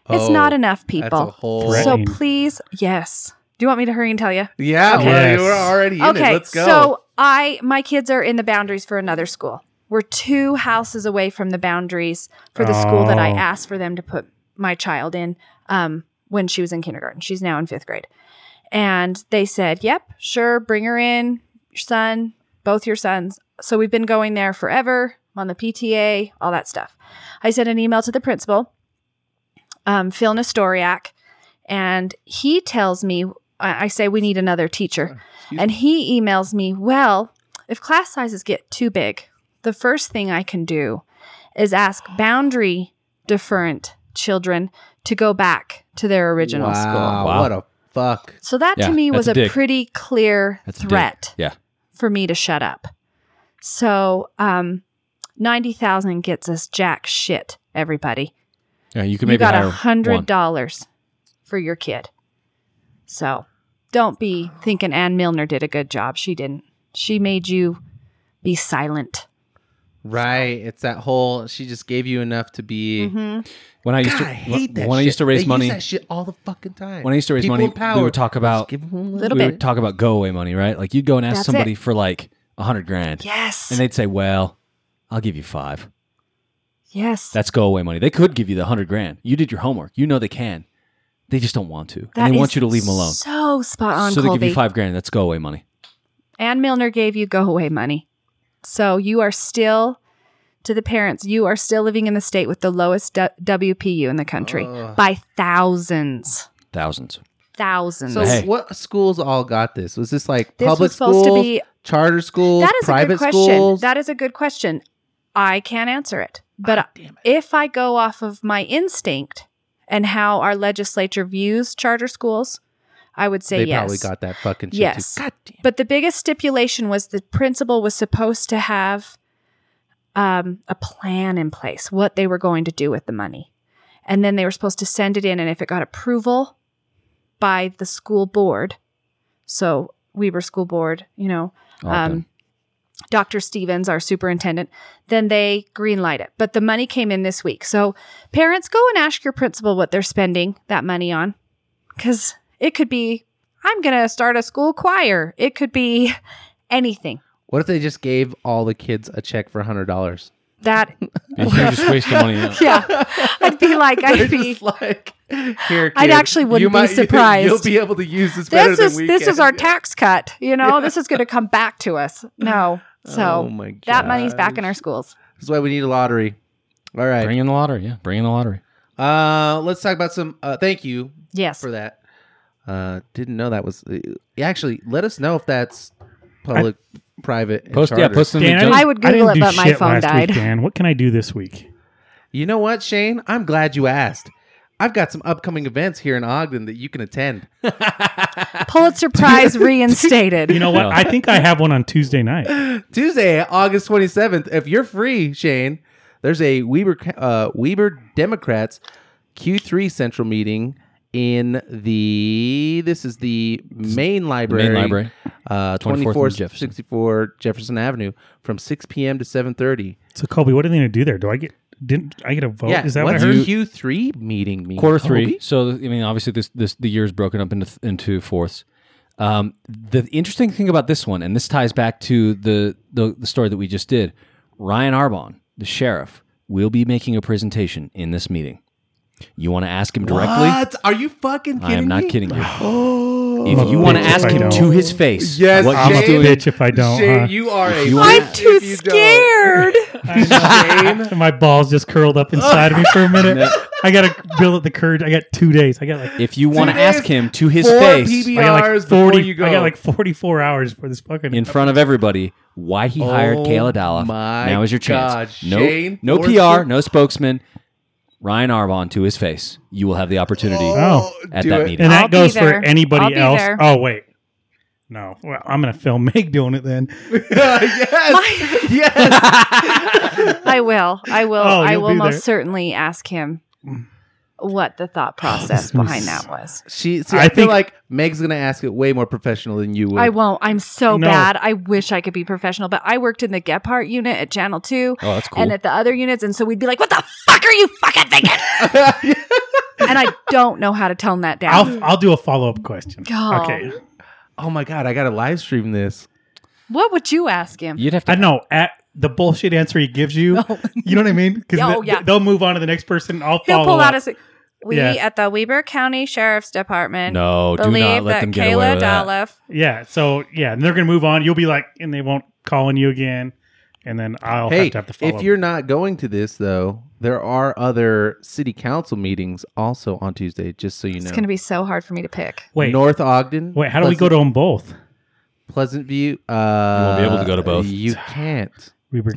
it's Oh, not enough That's a people. whole. Right. So Threatening. please, yes. Do you want me to hurry and tell you? yeah, Okay. well, Oh, you Yes. were already in okay. it. Let's go. So I my kids are in the boundaries for another school. We're two houses away from the boundaries for the school that I Oh. asked for them to put my child in um, when she was in kindergarten. She's now in fifth grade. And they said, Yep, sure, bring her in, your son, both your sons. So we've been going there forever I'm on the PTA, all that stuff. I sent an email to the principal, um, Phil Nestoriak, and he tells me, I I say, we need another teacher. Excuse And he emails me, Well, if class sizes get too big, the first thing I can do is ask boundary different children to go back to their original wow, school. Wow. What a fuck. So that Yeah, to me that's was a a, dig. pretty clear That's a dig. threat Yeah. for me to shut up. So um, 90,000 gets us jack shit, everybody. Yeah, you could You maybe got hire a hundred one. dollars for your kid. So don't be thinking Ann Milner did a good job. She didn't. She made you be silent. Right. It's that whole she just gave you enough to be Mm-hmm. When I used God, to I hate that. when I shit. used to raise They use money that shit all the fucking time. when I used to raise People money, in power, we would talk about just give 'em a little. Little we bit. would talk about go away money, right? Like you'd go and ask That's somebody for like a hundred grand, Yes. and they'd say, "Well, I'll give you five. yes. That's go away money. They could give you the hundred grand. You did your homework. You know they can. They just don't want to, That and they want is you to leave them alone. So spot on, so they Colby. give you five grand. That's go away money. Ann Milner gave you go away money. So you are still, to the parents, you are still living in the state with the lowest du- WPU in the country Ugh. by thousands. Thousands. Thousands. So Hey. what schools all got this? Was this like This public was supposed schools, to be. charter schools, That is a private good question. schools? That is a good question. I can't answer it. But Ah, damn it. if I go off of my instinct and how our legislature views charter schools, I would say they yes. probably got that fucking shit Yes. too. God damn. it. But the biggest stipulation was the principal was supposed to have um, a plan in place, what they were going to do with the money. And then they were supposed to send it in, and if it got approval by the school board, so Weber School Board, you know, All of um, them. Dr. Stevens, our superintendent, then they greenlight it. But the money came in this week. So parents, go and ask your principal what they're spending that money on. Because it could be, I'm going to start a school choir. It could be anything. What if they just gave all the kids a check for hundred dollars? That, you just waste the money. yeah, I'd be like, They're I'd be. just like, here, I'd kid, actually wouldn't you be might- surprised. You'll be able to use this better This than is we this can. is our tax cut, you know. This is going to come back to us. No, oh so my God. that money's back in our schools. That's why we need a lottery. All right. Bring in the lottery. Yeah, bring in the lottery. Uh, let's talk about some. Uh, thank you Yes, for that. Uh, didn't know that was uh, actually. Let us know if that's public, private, and Post. Yeah, charter. post in Dan, the didn't- I would didn't Google it, do but my shit phone last died. Week, Dan, what can I do this week? You know what, Shane? I'm glad you asked. I've got some upcoming events here in Ogden that you can attend. Pulitzer Prize reinstated. You know what? No. I think I have one on Tuesday night. Tuesday, August 27th. If you're free, Shane, there's a Weber uh, Weber Democrats Q3 Central meeting in the this is the main library main library. uh 24th and 24 Jefferson. 64 Jefferson Avenue from 6 p.m. to 7:30. So Colby, what are they going to do there? Do I get didn't I get a vote? yeah, Oh, Is that what what's I heard? Q3 meeting mean? quarter three. Colby? So I mean, obviously, this this the year is broken up into th- into fourths. Um, the interesting thing about this one, and this ties back to the, the the story that we just did, Ryan Arbon, the sheriff, will be making a presentation in this meeting. You want to ask him directly? What? Are you fucking kidding I am not me? kidding you. Oh. If you want to bitch, ask I him don't. to his face, Yes, what I'm a he's Shane. doing, bitch if I don't. Shane, huh? you are a If you fuck want- I'm if too you don't. scared. I know. My balls just curled up inside of me for a minute. I got to build up the courage. I got two days. I got like if you want to Two days, ask him to his four face PBRs I got like before 40 you go. I got like 44 hours for this fucking in front of everybody, why he hired Oh Kayla Dolliff. my Now is your chance. God, no, Shane no Forster. PR, no spokesman. Ryan Arbon to his face. You will have the opportunity. Oh, at do that it. meeting. And that I'll be goes there. for anybody I'll be else. there. Oh wait. No. Well, I'm going to film Meg doing it then. yes. yes. I will. I will. Oh, I you'll will be most there. certainly ask him what the thought process is gonna behind be s- that was. she. See, I I, feel think- like Meg's gonna ask it way more professional than you would. I won't. I'm so No. bad. I wish I could be professional, but I worked in the Gephardt unit at Channel 2 Oh, that's cool. and at the other units. And so we'd be like, what the fuck are you fucking thinking? and I don't know how to tone that down. I'll I'll do a follow-up question. God. Okay. oh my god! I gotta live stream this. what would you ask him? You'd have to. I know at the bullshit answer he gives you. You know what I mean? Cuz Oh, yeah. they'll move on to the next person. and I'll He'll follow pull up. out a. sig- We Yeah. at the Weber County Sheriff's Department No, do believe not let that them get away Kayla with that. Dolliff Yeah. So yeah, and they're gonna move on. You'll be like, and they won't call on you again. And then I'll hey, have to have to follow. if up. you're not going to this though, there are other city council meetings also on Tuesday. Just so you It's know, going to be so hard for me to pick. wait, North Ogden. wait, how do we go to them both? Pleasant View? Uh, be able to go to both. You can't. We were,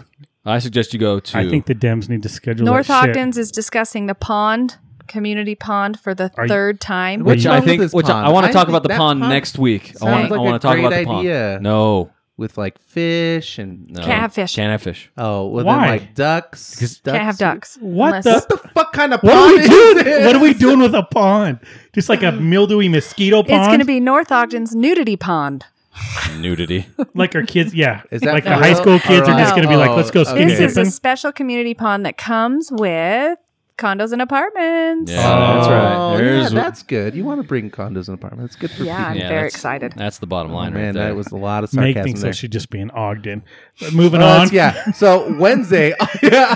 I suggest you go to. I think the Dems need to schedule North that shit. Ogden's is discussing the pond, community pond, for the Are you- third time. which Wait. What's I wrong think, with this which I- I pond? want I to talk think about the that pond pond next week. I sounds want. like I a want to talk great about the pond. idea. No, With like fish and no, Can't have fish. Can't have fish. oh, well, Why? then like ducks. Can't have ducks. What Unless- the? What the fuck kind of What pond are we is doing? this? What are we Mm. doing with a pond? Just like a mildewy mosquito pond. It's going to be North Ogden's nudity pond. nudity. Like our kids, yeah. Is that like the for high real? school kids are Alright. just going to be like, let's go Oh, okay. skinny This is a dipping. special community pond that comes with condos and apartments. Yeah, that's right. Oh, yeah, There's- that's good. You want to bring condos and apartments. It's good for Yeah, I'm people. Yeah, very that's- excited. That's the bottom Oh, line, man, right there. that was a lot of Make sarcasm things there. that should just be in Ogden. But moving Oh, on. it's- yeah. So Wednesday. yeah.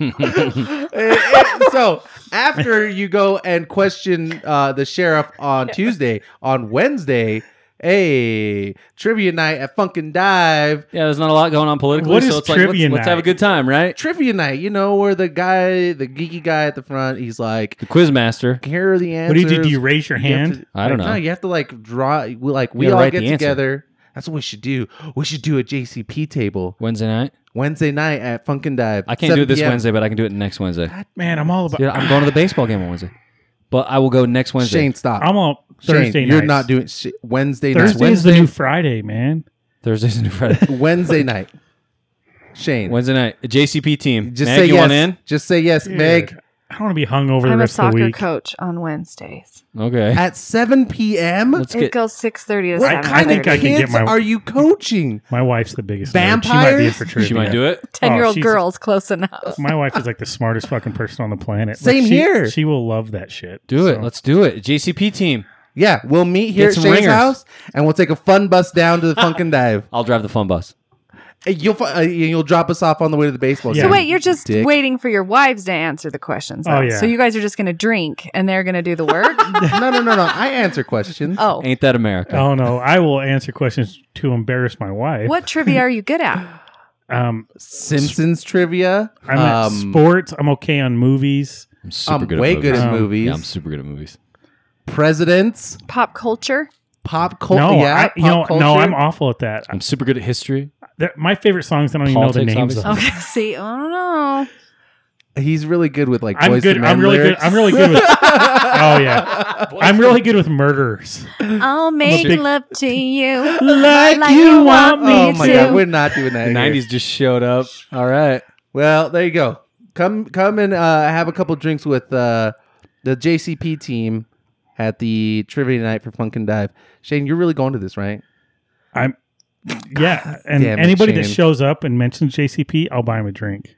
Eh, eh, so after you go and question uh, the sheriff on Tuesday, on Wednesday, hey, trivia night at Funkin' Dive. yeah, there's not a lot going on politically, What so is it's like let's, trivia let's have a night? good time, right? Trivia night, you know, where the guy, the geeky guy at the front, he's like, The Quizmaster. here are the answers. What do you do? Do you raise your You have hand? to- I don't like, know. No, you have to like draw. we- Like we gotta all write get the answer. together. That's what we should do. We should do a JCP table Wednesday night. Wednesday night at Funkin' Dive. I can't 7 do it this p.m. Wednesday, but I can do it next Wednesday. Man, I'm all about. Dude, I'm going to the baseball game on Wednesday, but I will go next Wednesday. Shane, stop. I'm all Shane, Thursday night. You're not doing sh- Wednesday night. Thursday is the new Friday, man. Thursdays and Friday. Wednesday night. Shane, Wednesday night. JCP team. just Meg, say you yes. want in? Just say yes, Meg. Dude, I don't want to be hung over the I'm a rest of the soccer week. coach on Wednesdays. Okay. At 7 p.m. Let's It get goes six thirty to what seven. I kind of think I can get kids my- are you coaching? My wife's the biggest nerd. She might be in Vampires? for She trivia. she might do it. Ten year Oh, old she's- girls close enough. My wife is like the smartest fucking person on the planet. Same she, here. She will love that shit. Do it. So, Let's do it. JCP team. Yeah, we'll meet here Get at some Shane's ringers. house, and we'll take a fun bus down to the Funkin' Dive. I'll drive the fun bus. Hey, You'll fi- uh, you'll drop us off on the way to the baseball. So game. So wait, you're just Dick. waiting for your wives to answer the questions. Oh, though. yeah. So you guys are just going to drink and they're going to do the work. no, no, no, no. I answer questions. oh, Ain't that America? Oh no, I will answer questions to embarrass my wife. what trivia are you good at? Um, Simpsons trivia. I'm Um, at sports. I'm okay on movies. I'm super I'm good at way movies. good at Um, movies. Yeah, I'm super good at movies. Presidents, Pop culture? pop culture. no, yeah, I, pop you know, culture. no, I'm awful at that. I'm super good at history. They're- my favorite songs, I don't even know Politics, the names of. Okay, see, I don't know. He's really good with like I'm boys good. to men I'm really lyrics. good. I'm really good with. oh yeah, I'm really good with murders. I'll make big- love to you. Like, you want Oh Me my too. god, we're not doing that. The here. 90s just showed up. All right. Well, there you go. Come, come and uh, have a couple drinks with uh, the JCP team at the trivia night for Funkin' Dive. Shane, you're really going to this, right? I'm. Yeah, and damn it, anybody that Shane. shows up and mentions JCP, I'll buy him a drink.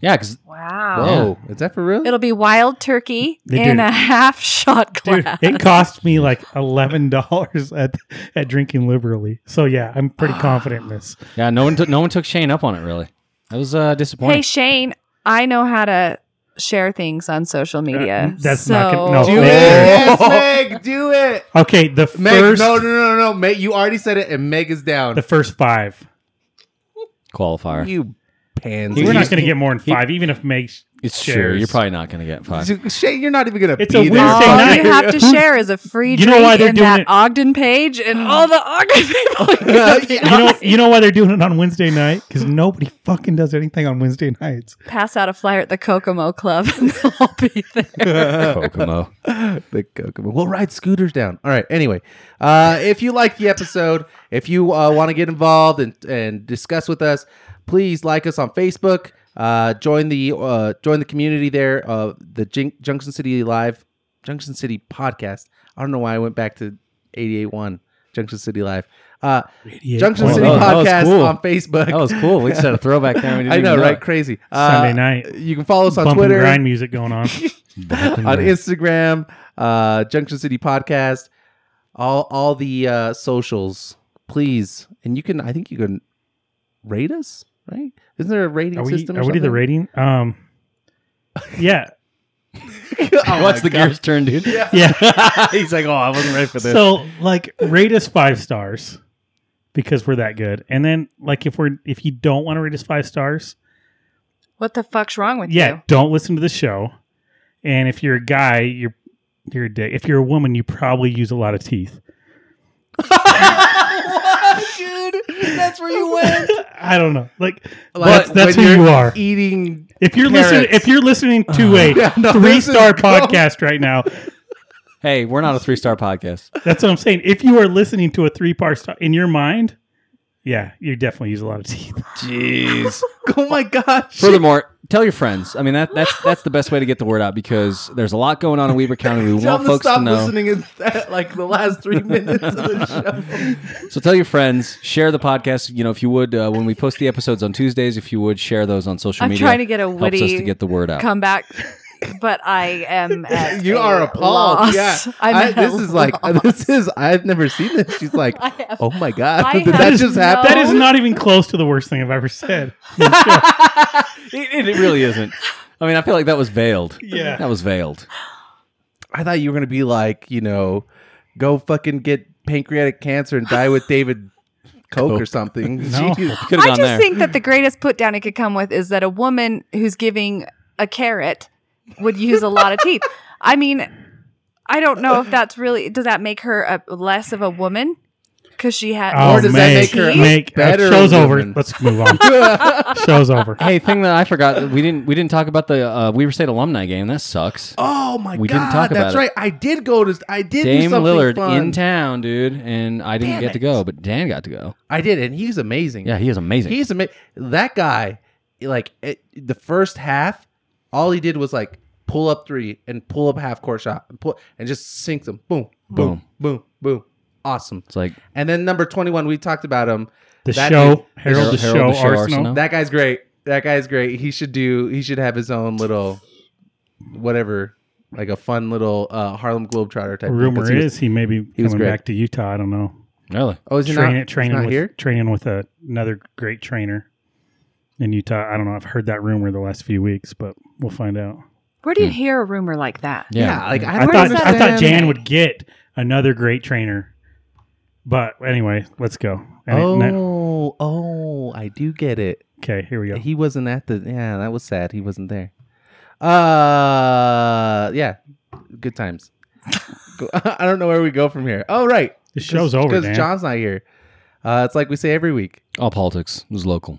Yeah, because Wow. Whoa, is that for real? It'll be wild turkey They in do. a half shot Dude, glass. it cost me like eleven dollars at at drinking liberally. So yeah, I'm pretty confident in this. yeah, no one took no one took Shane up on it really. That was uh, hey, disappointing. Shane, I know how to share things on social media. that's so not gonna- no. do Oh. it, yes, Meg. Do it, Okay, the Meg. first, No, no, no, no, Meg. You already said it, and Meg is down. the first five. Qualifier. You pansy. We're He- not going to get more than he- five, even if Meg. it's true. shares. You're probably not going to get five. Shane, you're not even gonna. It's be a there. Wednesday All night. you have to share is a free You know drink why they're in doing that it- Ogden page and all the Ogden people. Yeah. You know, you know why they're doing it on Wednesday night? Because nobody fucking does anything on Wednesday nights. Pass out a flyer at the Kokomo Club and they'll all be there. Kokomo. the Kokomo. We'll ride scooters down. All right. Anyway, uh, if you like the episode, if you uh, want to get involved and, and discuss with us, please like us on Facebook. Uh, join the uh, join the community there. Uh, the Jun- Junction City Live, Junction City podcast. I don't know why I went back to eighty eight one Junction City Live. Uh, Junction point City one. That was podcast cool. on Facebook. That was cool. We just had a throwback there. We didn't I know, even right? Crazy. Sunday Uh, night. You can follow us on Bump Twitter and grind music going on. on Instagram, uh, Junction City Podcast, all all the uh, socials, please. And you can, I think you can rate us, right? Isn't there a rating Are we, system? are we to the rating? Um, yeah, rating? What's the gears turn, dude? yeah. He's like, oh, I wasn't ready for So like, rate us five stars because we're that good. And then like, if we're if you don't want to rate us five stars, What the fuck's wrong with yeah, you? don't listen to the show. And if you're a guy, you're you're a dick. If you're a woman, you probably use a lot of teeth. dude, that's where you went. I don't know. Like, Like, that's, that's who when you you're are. Eating. If you're listening, carrots. if you're listening to a Yeah, no, three star this is dumb. podcast right now, Hey, we're not a three star podcast. that's what I'm saying. If you are listening to a three part star in your mind, yeah, you definitely use a lot of teeth. Jeez. Oh my gosh. Furthermore, tell your friends. I mean, that that's that's the best way to get the word out because there's a lot going on in Weber County. We Tell them want to folks stop to know. listening in that, like the last three minutes of the show. So tell your friends, share the podcast. You know, if you would, uh, when we post the episodes on Tuesdays, if you would share those on social I'm media. trying to get a helps us witty to get the word out. come back, but I am. At You a are appalled. loss. Yeah, I'm I- at this a is like loss. this is I've never seen this. She's like, I have- oh my god, I did have that no- just happen? That is not even close to the worst thing I've ever said. it, it really isn't. I mean, I feel like that was veiled. Yeah. that was veiled. I thought you were gonna be like, you know, go fucking get pancreatic cancer and die with David Koch or something. No. Jeez. Could have I gone just there. think that the greatest put down it could come with is that a woman who's giving a carrot would use a lot of teeth. I mean, I don't know if that's really does that make her a, less of a woman because she had Oh, Or does that make, make her a make- uh, better show's over. woman? Let's move on. show's over. hey, thing that I forgot we didn't we didn't talk about the uh, Weaver State alumni game. That sucks. Oh my We god, didn't talk that's about it. right. I did go to I did do Dame something Lillard fun. in town, dude, and I didn't Damn get to it. go, but Dan got to go. I did, and he's amazing. Yeah, he is amazing. He's amazing. That guy, like it, the first half, all he did was like pull up three and pull up half court shot and pull and just sink them. Boom, boom, boom, boom. Awesome. it's like And then number twenty one, we talked about him. The That show, is- Harold, the show, Harold the Show Arsenal. Arsenal. That guy's great. That guy's great. He should do. He should have his own little, whatever, like a fun little uh, Harlem Globetrotter type. thing, 'cause Rumor he was- is he may be he was coming great. back to Utah. I don't know. really. oh, is he Train- not, training he's not with here? training with a, another great trainer in Utah. I don't know. I've heard that rumor the last few weeks, but we'll find out. Where do you hear a rumor like that? Yeah, like I, I don't thought I understand. thought Jan would get another great trainer, but anyway, let's go. And it- no- Oh, oh, I do get it. okay, here we go. He wasn't at the. Yeah, that was sad. He wasn't there. Uh, yeah, good times. Go- I don't know where we go from here. Oh, right. The show's over, because Dan. John's not here. Uh, it's like we say every week. All politics was local.